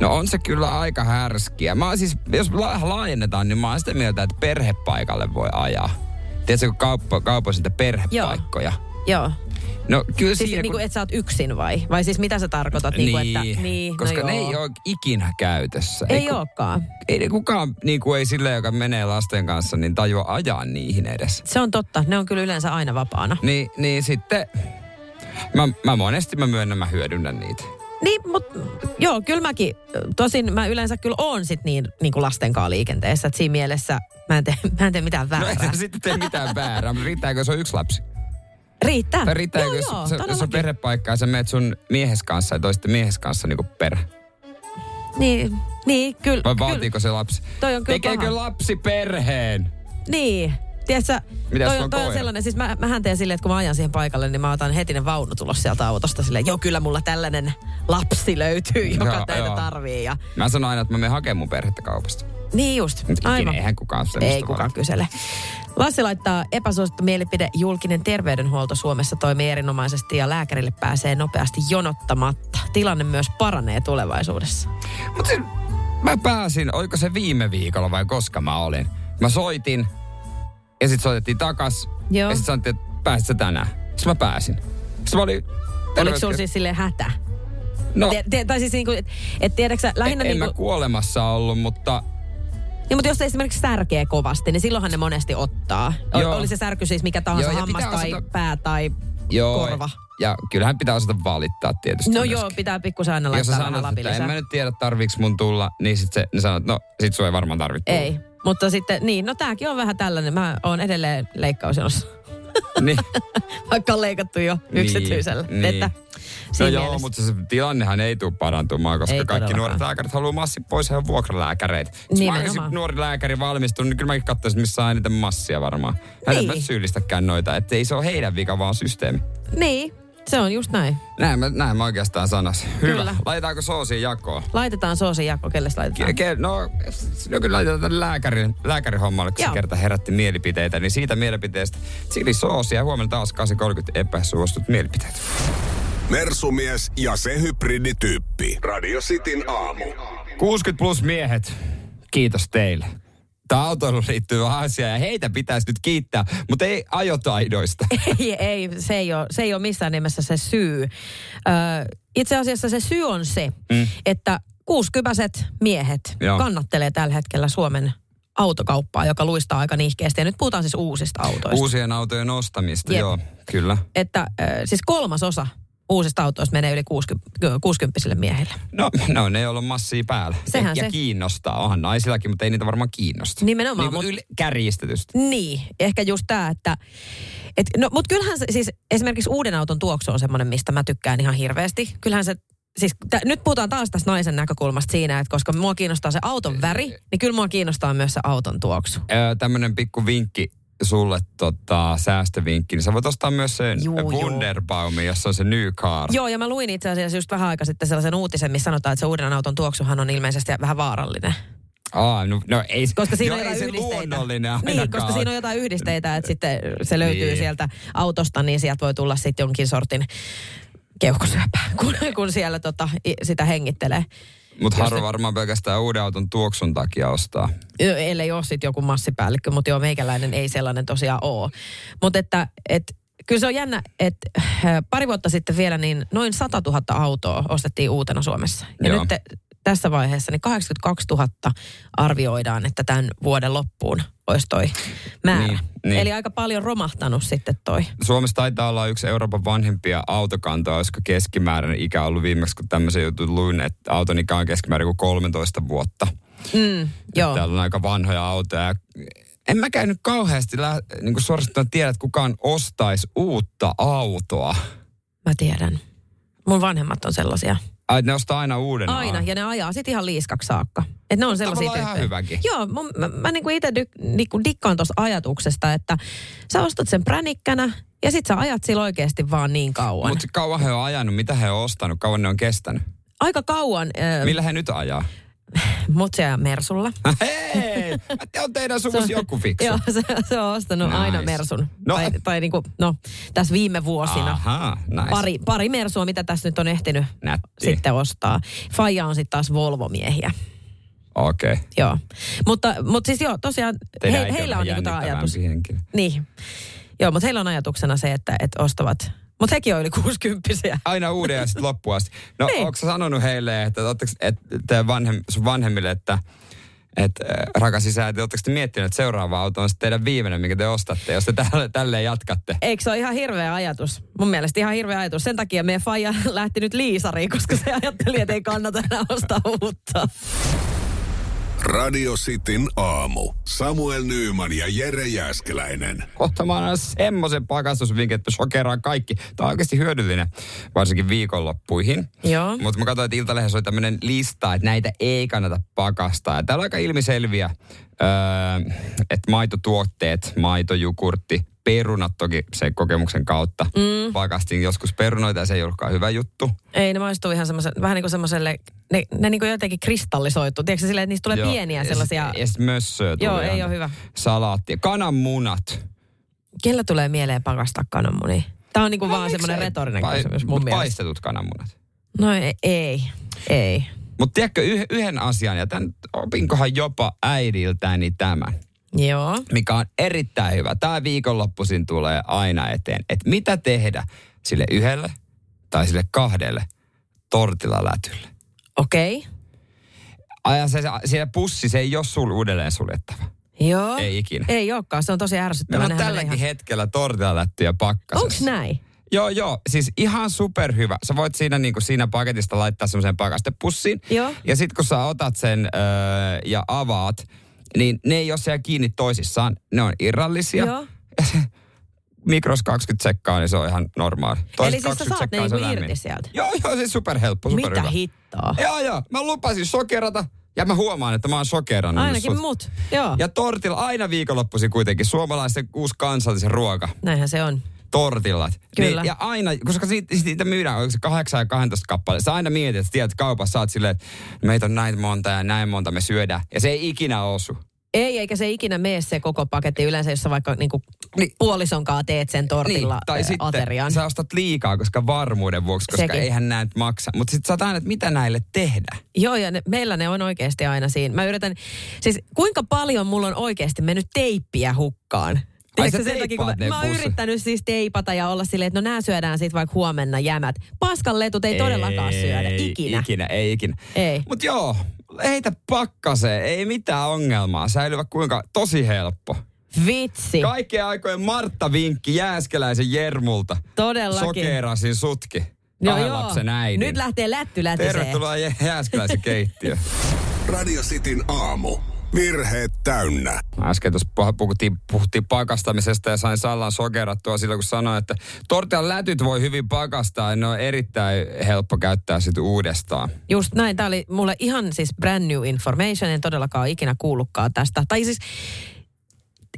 [SPEAKER 4] No on se kyllä aika härskiä. Mä oon siis, jos la- laajennetaan, niin mä oon sitä mieltä, että perhepaikalle voi ajaa. Tiedätkö, kun kauppa, kaupoissa niitä perhepaikkoja.
[SPEAKER 5] Joo.
[SPEAKER 4] No kyllä
[SPEAKER 5] Siis
[SPEAKER 4] siinä,
[SPEAKER 5] niin
[SPEAKER 4] kun-
[SPEAKER 5] kuin, että sä oot yksin vai? Vai siis mitä sä tarkoitat? Niin, kuin, että, niin,
[SPEAKER 4] koska
[SPEAKER 5] no
[SPEAKER 4] ne
[SPEAKER 5] joo.
[SPEAKER 4] ei ole ikinä käytössä.
[SPEAKER 5] Ei
[SPEAKER 4] ku-
[SPEAKER 5] olekaan.
[SPEAKER 4] Ei ne kukaan, niin kuin ei sille, joka menee lasten kanssa, niin tajua ajaa niihin edes.
[SPEAKER 5] Se on totta. Ne on kyllä yleensä aina vapaana.
[SPEAKER 4] Niin, niin sitten, mä, mä monesti mä myönnän, mä hyödynnän niitä.
[SPEAKER 5] Niin, mutta joo, kyllä mäkin. Tosin mä yleensä kyllä oon sit niin, niin kuin lastenkaan liikenteessä. Että siinä mielessä mä en tee, mä en tee mitään
[SPEAKER 4] No
[SPEAKER 5] väärää.
[SPEAKER 4] ei se sitten tee mitään väärää, mutta riittääkö se on yksi lapsi?
[SPEAKER 5] Riittää.
[SPEAKER 4] Tai riittääkö,
[SPEAKER 5] joo,
[SPEAKER 4] jos,
[SPEAKER 5] joo,
[SPEAKER 4] sä- jos on
[SPEAKER 5] todellakin.
[SPEAKER 4] perhepaikka ja sä meet sun miehes kanssa ja toisten miehes kanssa niin kuin perä?
[SPEAKER 5] Niin, niin kyllä.
[SPEAKER 4] Vai
[SPEAKER 5] kyllä.
[SPEAKER 4] vaatiiko se lapsi?
[SPEAKER 5] Toi on kyllä
[SPEAKER 4] Tekeekö
[SPEAKER 5] paha.
[SPEAKER 4] lapsi perheen?
[SPEAKER 5] Niin. Tiedätkö,
[SPEAKER 4] Mitä
[SPEAKER 5] toi,
[SPEAKER 4] sulla
[SPEAKER 5] on,
[SPEAKER 4] on
[SPEAKER 5] toi on
[SPEAKER 4] koira?
[SPEAKER 5] sellainen, siis mä, mähän teen silleen, että kun mä ajan siihen paikalle, niin mä otan heti ne vaunut ulos sieltä autosta silleen, joo kyllä mulla tällainen lapsi löytyy, joka
[SPEAKER 4] Joo,
[SPEAKER 5] tätä
[SPEAKER 4] joo.
[SPEAKER 5] tarvii. Ja...
[SPEAKER 4] Mä sanon aina, että mä menen hakemaan mun perhettä kaupasta.
[SPEAKER 5] Niin just,
[SPEAKER 4] Mut ikinä
[SPEAKER 5] aivan.
[SPEAKER 4] eihän kukaan semmoista
[SPEAKER 5] Ei kukaan
[SPEAKER 4] valita.
[SPEAKER 5] kysele. Lassi laittaa epäsuosittu mielipide, julkinen terveydenhuolto Suomessa toimii erinomaisesti ja lääkärille pääsee nopeasti jonottamatta. Tilanne myös paranee tulevaisuudessa.
[SPEAKER 4] Mutta mä pääsin, oliko se viime viikolla vai koska mä olin. Mä soitin ja sitten soitettiin takas.
[SPEAKER 5] Joo.
[SPEAKER 4] Ja sitten sanottiin, että pääsit sä tänään. Sitten mä pääsin. Sitten mä olin...
[SPEAKER 5] Oliko
[SPEAKER 4] terveys-
[SPEAKER 5] sulla siis silleen hätä?
[SPEAKER 4] No, E,
[SPEAKER 5] Te, te, tai siis niinku, et, et tiedätkö sä, lähinnä
[SPEAKER 4] en
[SPEAKER 5] niinku...
[SPEAKER 4] mä kuolemassa ollut, mutta
[SPEAKER 5] Niin, mutta jos esimerkiksi särkee kovasti, niin silloinhan ne monesti ottaa. O-
[SPEAKER 4] Joo.
[SPEAKER 5] Oli se särky siis mikä tahansa,
[SPEAKER 4] Joo, ja
[SPEAKER 5] joo, hammas
[SPEAKER 4] pitää
[SPEAKER 5] tai
[SPEAKER 4] osata-
[SPEAKER 5] pää tai
[SPEAKER 4] joo.
[SPEAKER 5] korva.
[SPEAKER 4] Ja kyllähän pitää osata valittaa tietysti.
[SPEAKER 5] No
[SPEAKER 4] myös.
[SPEAKER 5] joo, pitää pikkusen aina
[SPEAKER 4] Jos sä
[SPEAKER 5] laittaa vähän
[SPEAKER 4] sanot, että en
[SPEAKER 5] lapilisää.
[SPEAKER 4] mä nyt tiedä tarviiks mun tulla, niin sit se, ne sanoo, että no sit sua ei varmaan tarvitse
[SPEAKER 5] Ei. Mutta sitten, niin, no tämäkin on vähän tällainen. Mä oon edelleen leikkausjonossa.
[SPEAKER 4] Niin.
[SPEAKER 5] Vaikka on leikattu jo niin, yksityisellä.
[SPEAKER 4] Niin.
[SPEAKER 5] Että,
[SPEAKER 4] No
[SPEAKER 5] siinä
[SPEAKER 4] joo,
[SPEAKER 5] mielessä.
[SPEAKER 4] mutta se tilannehan ei tule parantumaan, koska
[SPEAKER 5] Ei
[SPEAKER 4] ei kaikki
[SPEAKER 5] todellakaan.
[SPEAKER 4] nuoret lääkärit haluaa massi pois, he on vuokralääkäreitä. Jos mä
[SPEAKER 5] Nimenomaan.
[SPEAKER 4] olisin nuori lääkäri valmistunut, niin kyllä mäkin katsoisin, missä saa eniten massia varmaan. Hän
[SPEAKER 5] Niin.
[SPEAKER 4] niin. syyllistäkään noita, että ei se ole heidän vika, vaan systeemi.
[SPEAKER 5] Niin, se on just näin.
[SPEAKER 4] Näin mä, näin mä oikeastaan sanoisin. Hyvä.
[SPEAKER 5] Kyllä.
[SPEAKER 4] Laitetaanko soosia jakoon?
[SPEAKER 5] Laitetaan soosin jako, kelle se laitetaan.
[SPEAKER 4] Ke, ke, no, no kyllä laitetaan tänne lääkärin, lääkärihommalle, kun
[SPEAKER 5] Joo.
[SPEAKER 4] se kerta herätti mielipiteitä, niin siitä mielipiteestä Sili Soosia. Huomenna taas E 8.30 epäsuostut mielipiteet.
[SPEAKER 9] Mersumies ja se hybridityyppi. Radio Cityn aamu.
[SPEAKER 4] 60 plus miehet, kiitos teille. Tämä autoiluun liittyvä asia ja heitä pitäisi nyt kiittää, mutta ei ajotaidoista.
[SPEAKER 5] ei, ei, se ei, ole, se ei ole missään nimessä se syy. Ö, itse asiassa se syy on se, mm. että 60 miehet
[SPEAKER 4] Joo.
[SPEAKER 5] kannattelee tällä hetkellä Suomen autokauppaa, joka luistaa aika niihkeästi. Ja nyt puhutaan siis uusista autoista.
[SPEAKER 4] Uusien autojen ostamista,
[SPEAKER 5] Jep.
[SPEAKER 4] joo, kyllä.
[SPEAKER 5] Että ö, siis kolmas osa uusista autoista menee yli 60 60 miehille.
[SPEAKER 4] No, no ne ei ole massia päällä.
[SPEAKER 5] Sehän
[SPEAKER 4] ja,
[SPEAKER 5] se.
[SPEAKER 4] ja kiinnostaa, onhan naisillakin, mutta ei niitä varmaan kiinnosta.
[SPEAKER 5] Nimenomaan,
[SPEAKER 4] Niin kuin
[SPEAKER 5] mut-
[SPEAKER 4] yl- kärjistetysti.
[SPEAKER 5] Niin, ehkä just tämä, että... Et, no, mutta kyllähän se, siis esimerkiksi uuden auton tuoksu on semmoinen, mistä mä tykkään ihan hirveästi. Kyllähän se, siis t- nyt puhutaan taas tästä naisen näkökulmasta siinä, että koska mua kiinnostaa se auton väri, niin kyllä mua kiinnostaa myös se auton tuoksu.
[SPEAKER 4] Öö, tämmönen pikku vinkki sulle tota, säästövinkki, niin sä voit ostaa myös sen
[SPEAKER 5] Juu, juu.
[SPEAKER 4] Wunderbaumi, jossa on se new car.
[SPEAKER 5] Joo, ja mä luin itse asiassa just vähän aikaa sitten sellaisen uutisen, missä sanotaan, että se uuden auton tuoksuhan on ilmeisesti vähän vaarallinen.
[SPEAKER 4] Aa, no, no ei,
[SPEAKER 5] Siis, Koska siinä
[SPEAKER 4] joo,
[SPEAKER 5] on
[SPEAKER 4] ei se
[SPEAKER 5] jotain yhdisteitä.
[SPEAKER 4] luonnollinen ainakaan.
[SPEAKER 5] Niin, koska siinä on jotain yhdisteitä, että sitten se löytyy
[SPEAKER 4] Niin.
[SPEAKER 5] sieltä autosta, niin sieltä voi tulla sitten jonkin sortin keuhkosyöpää, kun, kun siellä tota, i- sitä hengittelee.
[SPEAKER 4] Mutta harva varmaan pelkästään uuden auton tuoksun takia ostaa.
[SPEAKER 5] Ö, Ellei ole sitten joku massipäällikkö, mutta joo, meikäläinen ei sellainen tosiaan ole. Mutta että, et, kyllä se on jännä, että äh, pari vuotta sitten vielä niin noin 100 000 autoa ostettiin uutena Suomessa. Ja
[SPEAKER 4] Joo.
[SPEAKER 5] nyt te, tässä vaiheessa niin 82 000 arvioidaan, että tämän vuoden loppuun olisi toi määrä.
[SPEAKER 4] Niin,
[SPEAKER 5] Niin,
[SPEAKER 4] niin.
[SPEAKER 5] niin. Eli aika paljon romahtanut sitten toi.
[SPEAKER 4] Suomessa taitaa olla yksi Euroopan vanhempia autokantoja, olisiko keskimääräinen ikä ollut viimeksi, kun tämmöisen jutun luin, että auton ikä on keskimäärin kuin 13 vuotta.
[SPEAKER 5] Mm, joo.
[SPEAKER 4] Täällä on aika vanhoja autoja. ja En mä käynyt kauheasti lä- niin kuin suorastaan tiedä, että kukaan ostaisi uutta autoa.
[SPEAKER 5] Mä tiedän. Mun vanhemmat on sellaisia.
[SPEAKER 4] Ai, ne ostaa aina uuden
[SPEAKER 5] Aina, ja ne ajaa sitten ihan liiskaksi saakka. Et ne on sellaisia
[SPEAKER 4] Tavallaan ihan hyväkin.
[SPEAKER 5] Joo, mun, mä, mä niinku itse dy- niinku dikkaan tuosta ajatuksesta, että sä ostat sen pränikkänä ja sit sä ajat sillä oikeasti vaan niin kauan. Mut...
[SPEAKER 4] Mutta kauan he on ajanut, mitä he on ostanut, kauan ne on kestänyt.
[SPEAKER 5] Aika kauan, äh,
[SPEAKER 4] Millä he nyt ajaa?
[SPEAKER 5] mut se ajaa Mersulla.
[SPEAKER 4] Hei! Mä on teidän suvussa
[SPEAKER 5] Se on-
[SPEAKER 4] joku fiksu.
[SPEAKER 5] Joo, se, se on ostanut nice. aina
[SPEAKER 4] Nice.
[SPEAKER 5] Mersun.
[SPEAKER 4] No.
[SPEAKER 5] No. Tai, tai niinku, no, tässä viime vuosina.
[SPEAKER 4] Aha, nice.
[SPEAKER 5] Pari, pari Mersua, mitä tässä nyt on ehtinyt
[SPEAKER 4] Nätti.
[SPEAKER 5] sitten ostaa. Faija on sitten taas Volvo-miehiä.
[SPEAKER 4] Okei. Okay.
[SPEAKER 5] Joo. Mutta, mutta siis joo, tosiaan
[SPEAKER 4] Teidän
[SPEAKER 5] he,
[SPEAKER 4] äiti
[SPEAKER 5] heillä on
[SPEAKER 4] vähän
[SPEAKER 5] niinku tämä ajatus.
[SPEAKER 4] jännittävämpi henkilö.
[SPEAKER 5] Niin. Joo, mutta heillä on ajatuksena se, että, että ostavat. Mutta hekin on yli 60
[SPEAKER 4] Aina uuden ja sitten loppuun asti. No, niin.
[SPEAKER 5] Niin.
[SPEAKER 4] onko sä sanonut heille, että ootteks, et, te vanhem, sun vanhemmille, että et, äh, rakas isä, että ootteko te miettineet, että seuraava auto on sitten teidän viimeinen, minkä te ostatte, jos te tälle, tälleen jatkatte?
[SPEAKER 5] Eikö se ole ihan hirveä ajatus? Mun mielestä ihan hirveä ajatus. Sen takia meidän faija lähti nyt liisariin, koska se ajatteli, että ei kannata enää ostaa uutta.
[SPEAKER 9] Radio Cityn aamu. Samuel Nyyman ja Jere Jäskeläinen.
[SPEAKER 4] Kohta mä annan semmoisen pakastusvinkin, että shokeraan kaikki. Tämä on oikeasti hyödyllinen, varsinkin viikonloppuihin.
[SPEAKER 5] Joo.
[SPEAKER 4] Mutta mä katsoin, että Iltalehdessä oli tämmöinen lista, että näitä ei kannata pakastaa. Ja täällä on aika ilmiselviä, öö, että maitotuotteet, maitojukurtti, perunat toki sen kokemuksen kautta. Mm. Pakastin joskus perunoita ja se ei ollutkaan hyvä juttu.
[SPEAKER 5] Ei, ne maistuu ihan semmoisen, vähän niin kuin semmoiselle, ne, ne niin kuin jotenkin kristallisoituu. Tiedätkö sä, silleen, että niistä tulee
[SPEAKER 4] Joo.
[SPEAKER 5] Joo. pieniä sellaisia.
[SPEAKER 4] Ja, sit- ja sit mössöä tuli
[SPEAKER 5] Joo, ei
[SPEAKER 4] ihan.
[SPEAKER 5] ole hyvä.
[SPEAKER 4] Salaatti. Kananmunat.
[SPEAKER 5] Kellä tulee mieleen pakastaa kananmunia? Tämä on niin kuin vaan semmoinen retorinen
[SPEAKER 4] Pai-
[SPEAKER 5] kysymys mun
[SPEAKER 4] No, mut
[SPEAKER 5] mielestä.
[SPEAKER 4] Paistetut kananmunat.
[SPEAKER 5] No ei, ei. ei.
[SPEAKER 4] Mutta tiedätkö yh- yhden asian, ja tämän opinkohan jopa äidiltäni tämän,
[SPEAKER 5] Joo.
[SPEAKER 4] mikä on erittäin hyvä. Tämä viikonloppuisin tulee aina eteen, että mitä tehdä sille yhdelle tai sille kahdelle tortilalätylle.
[SPEAKER 5] Okei. Okay.
[SPEAKER 4] Aja se, se, siellä pussi, se ei ole sul uudelleen suljettava.
[SPEAKER 5] Joo.
[SPEAKER 4] Ei ikinä.
[SPEAKER 5] Ei olekaan, se on tosi ärsyttävää.
[SPEAKER 4] Meillä on
[SPEAKER 5] Nehän
[SPEAKER 4] tälläkin
[SPEAKER 5] menee ihan-
[SPEAKER 4] hetkellä tortilalättyjä pakkasessa.
[SPEAKER 5] Onks näin?
[SPEAKER 4] Joo, joo. Siis ihan superhyvä. Sä voit siinä, niin kuin siinä paketista laittaa semmoiseen pakastepussiin.
[SPEAKER 5] Joo.
[SPEAKER 4] Ja sit kun sä otat sen öö, ja avaat, niin ne ei ole siellä kiinni toisissaan. Ne on irrallisia.
[SPEAKER 5] Joo.
[SPEAKER 4] Mikros 20 sekkaa, niin se on ihan normaali. Toiset
[SPEAKER 5] Eli siis sä
[SPEAKER 4] 20
[SPEAKER 5] saat ne
[SPEAKER 4] sekkaa, se
[SPEAKER 5] niinku
[SPEAKER 4] on lämmin.
[SPEAKER 5] irti sieltä.
[SPEAKER 4] Joo, joo, siis superhelppo,
[SPEAKER 5] Mitä
[SPEAKER 4] superhyvä.
[SPEAKER 5] hittoa?
[SPEAKER 4] Joo, joo. Mä lupasin sokerata ja mä huomaan, että mä oon sokerannut nyt
[SPEAKER 5] Ainakin
[SPEAKER 4] sut.
[SPEAKER 5] mut. Joo.
[SPEAKER 4] Ja tortilla aina viikonloppuisin kuitenkin. Suomalaisten uusi kansallisen ruoka.
[SPEAKER 5] Näinhän se on.
[SPEAKER 4] Tortillat.
[SPEAKER 5] Kyllä.
[SPEAKER 4] Niin, ja aina, koska siitä, siitä myydään onko se 8 ja 12 kappale. Sä aina mietit, että tiedät kaupassa, sä oot silleen, että meitä on näin monta ja näin monta me syödään. Ja se ei ikinä osu.
[SPEAKER 5] Ei, eikä se ikinä mene se koko paketti. Yleensä jos sä vaikka niinku niin. puolisonkaan teet sen tortilla
[SPEAKER 4] niin, tai
[SPEAKER 5] ö,
[SPEAKER 4] sitten
[SPEAKER 5] aterian.
[SPEAKER 4] sä ostat liikaa, koska varmuuden vuoksi, koska
[SPEAKER 5] Sekin.
[SPEAKER 4] Sekin. eihän näitä maksa. Mutta sitten sä oot aina, että mitä näille tehdä?
[SPEAKER 5] Joo, ja ne, meillä ne on oikeasti aina siinä. Mä yritän, siis kuinka paljon mulla on oikeasti mennyt teippiä hukkaan? Tiedätkö
[SPEAKER 4] sä
[SPEAKER 5] sen takia, kun
[SPEAKER 4] teippaat
[SPEAKER 5] mä,
[SPEAKER 4] ne
[SPEAKER 5] mä oon
[SPEAKER 4] pussi-
[SPEAKER 5] yrittänyt siis teipata ja olla silleen, että no nää syödään sit vaikka huomenna jämät. Paskan letut ei, todellakaan syödä, ikinä.
[SPEAKER 4] Ikinä, ei ikinä.
[SPEAKER 5] Ei.
[SPEAKER 4] Mut joo, heitä pakkaseen, ei mitään ongelmaa. Säilyvä kuinka, tosi helppo.
[SPEAKER 5] Vitsi,
[SPEAKER 4] Kaikkien aikojen Martta-vinkki Jääskeläisen Jermulta.
[SPEAKER 5] todellakin.
[SPEAKER 4] Sokeerasin sutki.
[SPEAKER 5] No
[SPEAKER 4] Kahden
[SPEAKER 5] joo.
[SPEAKER 4] lapsen äidin.
[SPEAKER 5] Nyt lähtee lätty lätiseen.
[SPEAKER 4] Tervetuloa Jä- Jääskeläisen keittiö.
[SPEAKER 9] Radio Cityn aamu. Virheet täynnä.
[SPEAKER 4] Äsken tuossa puh- puhuttiin, puhuttiin pakastamisesta ja sain Sallan sokerattua silloin, kun sanoin, että tortian lätyt voi hyvin pakastaa. ja Ne on erittäin helppo käyttää sitten uudestaan.
[SPEAKER 5] Just näin. Tämä oli mulle ihan siis brand new information. En todellakaan ole ikinä kuullutkaan tästä. Tai siis,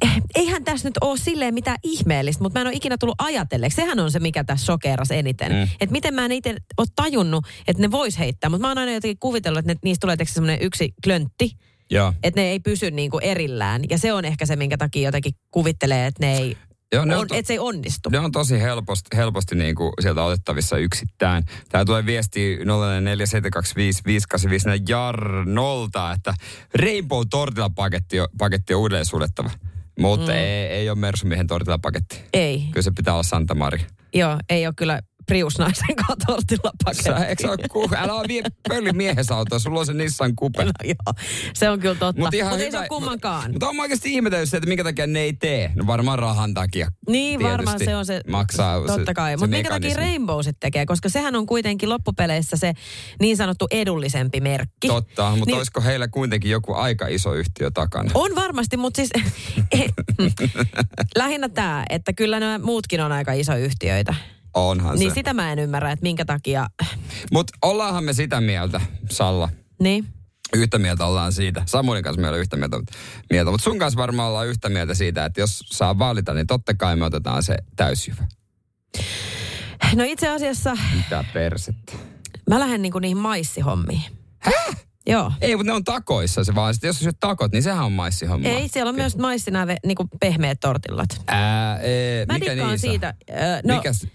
[SPEAKER 5] eh, eihän tässä nyt ole silleen mitään ihmeellistä, mutta mä en ole ikinä tullut ajatelleeksi. Sehän on se, mikä tässä sokeras eniten. Mm.
[SPEAKER 12] Mm.
[SPEAKER 5] Että miten mä en itse ole tajunnut, että ne vois heittää. Mutta mä oon aina jotenkin kuvitellut, että ne, niistä tulee teksi semmoinen yksi klöntti.
[SPEAKER 4] Joo.
[SPEAKER 5] Että ne ei pysy niinku erillään. Ja se on ehkä se, minkä takia jotenkin kuvittelee, että ne ei...
[SPEAKER 4] Joo, ne on
[SPEAKER 5] on,
[SPEAKER 4] to- No.
[SPEAKER 5] että se ei onnistu.
[SPEAKER 4] Ne on tosi helposti, helposti niin kuin sieltä otettavissa yksittäin. Tää tulee viesti 047255854 Jarnolta, että Rainbow tortilapaketti on, paketti on uudelleen suljettava. Mutta mm. ei, ei ole Mersumiehen tortilapaketti.
[SPEAKER 5] Ei.
[SPEAKER 4] Kyllä se pitää olla Santa Maria.
[SPEAKER 5] Joo, ei ole kyllä priusnaisen tortilla
[SPEAKER 4] Sä, eikö sä ole ku, älä ole vie pölli miehessä autoa, sulla on se Nissan Coupe. No,
[SPEAKER 5] joo, se on kyllä totta.
[SPEAKER 4] Mutta
[SPEAKER 5] No, Mut ei se ole kummankaan.
[SPEAKER 4] Mutta on mä oikeasti ihmetellyt se, että minkä takia ne ei tee. No varmaan rahan takia.
[SPEAKER 5] Niin,
[SPEAKER 4] Tietysti
[SPEAKER 5] varmaan se on se-
[SPEAKER 4] Maksaa se-
[SPEAKER 5] Totta kai,
[SPEAKER 4] se
[SPEAKER 5] mutta minkä takia
[SPEAKER 4] mekanismi.
[SPEAKER 5] Rainbow sitten tekee? Koska sehän on kuitenkin loppupeleissä se niin sanottu edullisempi merkki.
[SPEAKER 4] Totta, mutta
[SPEAKER 5] Niin-
[SPEAKER 4] niin. olisiko heillä kuitenkin joku aika iso yhtiö takana?
[SPEAKER 5] On varmasti, mutta siis eh, mm. lähinnä tämä, että kyllä nämä muutkin on aika iso yhtiöitä.
[SPEAKER 4] Onhan
[SPEAKER 5] Niin
[SPEAKER 4] se.
[SPEAKER 5] sitä mä en ymmärrä, että minkä takia,
[SPEAKER 4] Mutta ollaanhan me sitä mieltä, Salla.
[SPEAKER 5] niin.
[SPEAKER 4] Yhtä mieltä ollaan siitä. Samulin kanssa meillä on yhtä mieltä. mieltä. Mutta sun kanssa varmaan ollaan yhtä mieltä siitä, että jos saa valita, niin totta kai me otetaan se täysjyvä.
[SPEAKER 5] No itse asiassa
[SPEAKER 4] Mitä persettä.
[SPEAKER 5] mä lähden niinku niihin maissihommiin. Joo.
[SPEAKER 4] Ei, mutta ne on takoissa se vaan. Sitten jos sä syöt takot, niin sehän on maissihomma.
[SPEAKER 5] Ei, siellä on myös maissa nämä ve- niinku pehmeät tortillat.
[SPEAKER 4] Ää, ee,
[SPEAKER 5] Mä
[SPEAKER 4] mikä
[SPEAKER 5] dikkaan
[SPEAKER 4] niissä? on?
[SPEAKER 5] siitä. Ö, no,
[SPEAKER 4] Mikäs?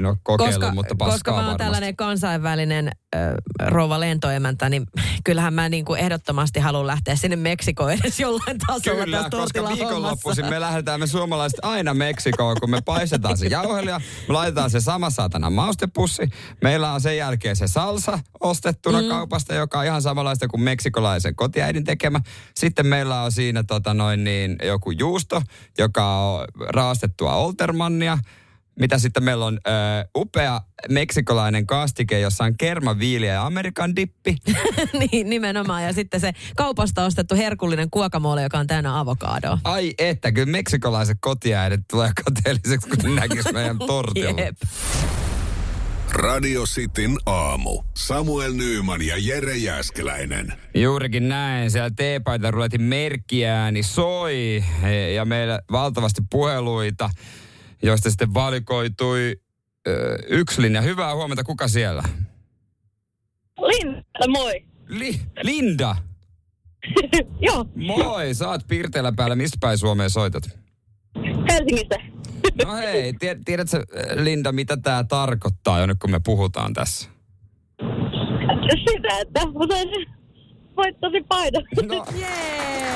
[SPEAKER 4] No kokeilu,
[SPEAKER 5] koska,
[SPEAKER 4] mutta paskaa
[SPEAKER 5] koska mä oon
[SPEAKER 4] varmasti.
[SPEAKER 5] tällainen kansainvälinen ö, rouva lentoemäntä, niin kyllähän mä niin kuin ehdottomasti haluan lähteä sinne Meksikoon edes jollain tasolla
[SPEAKER 4] Kyllä,
[SPEAKER 5] tässä
[SPEAKER 4] koska
[SPEAKER 5] tortillahommassa.
[SPEAKER 4] viikonloppuisin me lähdetään me suomalaiset aina Meksikoon, kun me paistetaan se jauhelia, me laitetaan se sama saatana maustepussi. Meillä on sen jälkeen se salsa ostettuna mm. kaupasta, joka on ihan samanlaista kuin meksikolaisen kotiäidin tekemä. Sitten meillä on siinä tota noin niin, joku juusto, joka on raastettua Oltermannia. Mitä sitten meillä on ö, upea meksikolainen kastike, jossa on kermaviiliä ja amerikan dippi.
[SPEAKER 5] niin, nimenomaan. Ja sitten se kaupasta ostettu herkullinen kuokamole, joka on täynnä avokadoa.
[SPEAKER 4] Ai että, kyllä meksikolaiset kotiäidet tulee kateelliseksi, kun ne näkis meidän tortilla.
[SPEAKER 5] Jep.
[SPEAKER 9] Radio Cityn aamu. Samuel Nyyman ja Jere Jäskeläinen.
[SPEAKER 4] Juurikin näin. Siellä teepaita ruletin merkkiääni soi He- ja meillä valtavasti puheluita, joista sitten valikoitui ö, yksi linja. Hyvää huomenta, kuka siellä?
[SPEAKER 13] Linda, moi.
[SPEAKER 4] Li- Linda,
[SPEAKER 13] Joo,
[SPEAKER 4] moi, sä oot Pirteellä päällä. Mistä päin Suomeen soitat?
[SPEAKER 13] Helsingistä.
[SPEAKER 4] No hei, tie- tiedätkö ö, Linda, mitä tämä tarkoittaa jo nyt, kun me puhutaan tässä?
[SPEAKER 13] Sitä, että usein voittasi paidan.
[SPEAKER 4] No.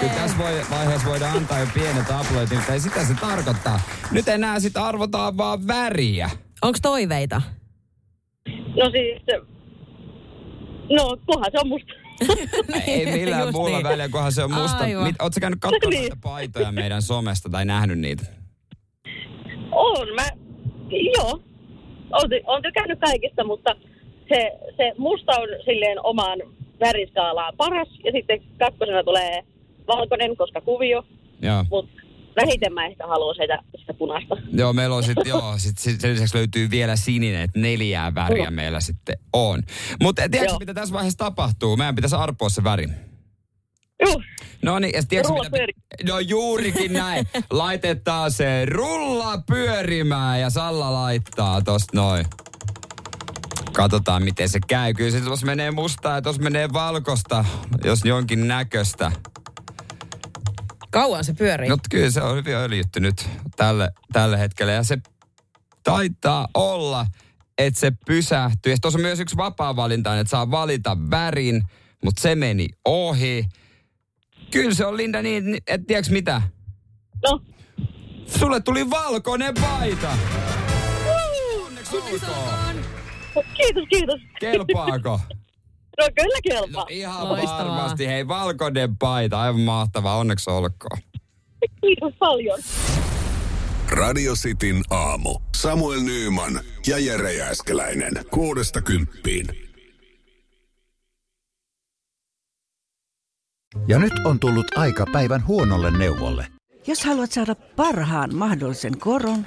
[SPEAKER 4] Kyllä tässä voi, vaiheessa voidaan antaa jo pienet aplodit, mutta ei sitä se tarkoittaa. Nyt enää sitten arvotaan vaan väriä.
[SPEAKER 5] Onko toiveita?
[SPEAKER 13] no siis, no kunhan se on musta.
[SPEAKER 4] Ei millään
[SPEAKER 13] Just
[SPEAKER 4] muulla
[SPEAKER 13] niin.
[SPEAKER 4] väliä, kunhan se on musta.
[SPEAKER 13] Aivan.
[SPEAKER 4] Mit, ootko sä käynyt katsomaan
[SPEAKER 13] Niin.
[SPEAKER 4] näitä paitoja meidän somesta tai nähnyt niitä?
[SPEAKER 13] On, mä, joo. Olen, ty- olen tykännyt kaikista, mutta se, se musta on silleen omaan väriskaalaan paras. Ja sitten kakkosena tulee valkoinen, koska kuvio,
[SPEAKER 4] Joo.
[SPEAKER 13] mutta vähiten mä ehkä haluan sitä, sitä punaista.
[SPEAKER 4] Joo, meillä on sitten, joo, sit, sit sen lisäksi löytyy vielä sininen, että neljää väriä
[SPEAKER 13] Joo.
[SPEAKER 4] meillä sitten on. Mutta tiedätkö,
[SPEAKER 13] Joo.
[SPEAKER 4] mitä tässä vaiheessa tapahtuu? Meidän pitäisi arpoa se väri.
[SPEAKER 13] Juh.
[SPEAKER 4] No niin, ja tiedätkö,
[SPEAKER 13] Rulla
[SPEAKER 4] mitä... No juurikin näin. Laitetaan se rulla pyörimään ja Salla laittaa tosta noin. Katsotaan, miten se käy. Kyllä se tuossa menee mustaa ja tuossa menee valkosta, jos jonkin näköistä.
[SPEAKER 5] Kauan se
[SPEAKER 13] Niin.
[SPEAKER 5] pyörii.
[SPEAKER 4] No kyllä se on hyvin öljyttynyt tälle, tällä hetkellä. Ja se taitaa olla, että se pysähtyy. Ja tuossa on myös yksi vapaa valinta, että saa valita värin, mutta se meni ohi. Kyllä se on Linda niin, että tiedätkö mitä?
[SPEAKER 13] No.
[SPEAKER 4] Sulle tuli valkoinen paita. Onneksi olkoon.
[SPEAKER 13] Kiitos, kiitos.
[SPEAKER 4] Kelpaako?
[SPEAKER 13] No kyllä kelpaa. No,
[SPEAKER 4] ihan Varmasti hei, valkoinen paita. Aivan mahtavaa, onneksi olkoon.
[SPEAKER 13] Kiitos paljon.
[SPEAKER 9] Radio Cityn aamu. Samuel Nyyman ja Jere Jääskeläinen. Kuudesta kymppiin.
[SPEAKER 10] Ja nyt on tullut aika päivän huonolle neuvolle.
[SPEAKER 11] Jos haluat saada parhaan mahdollisen koron,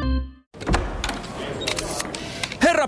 [SPEAKER 1] Herra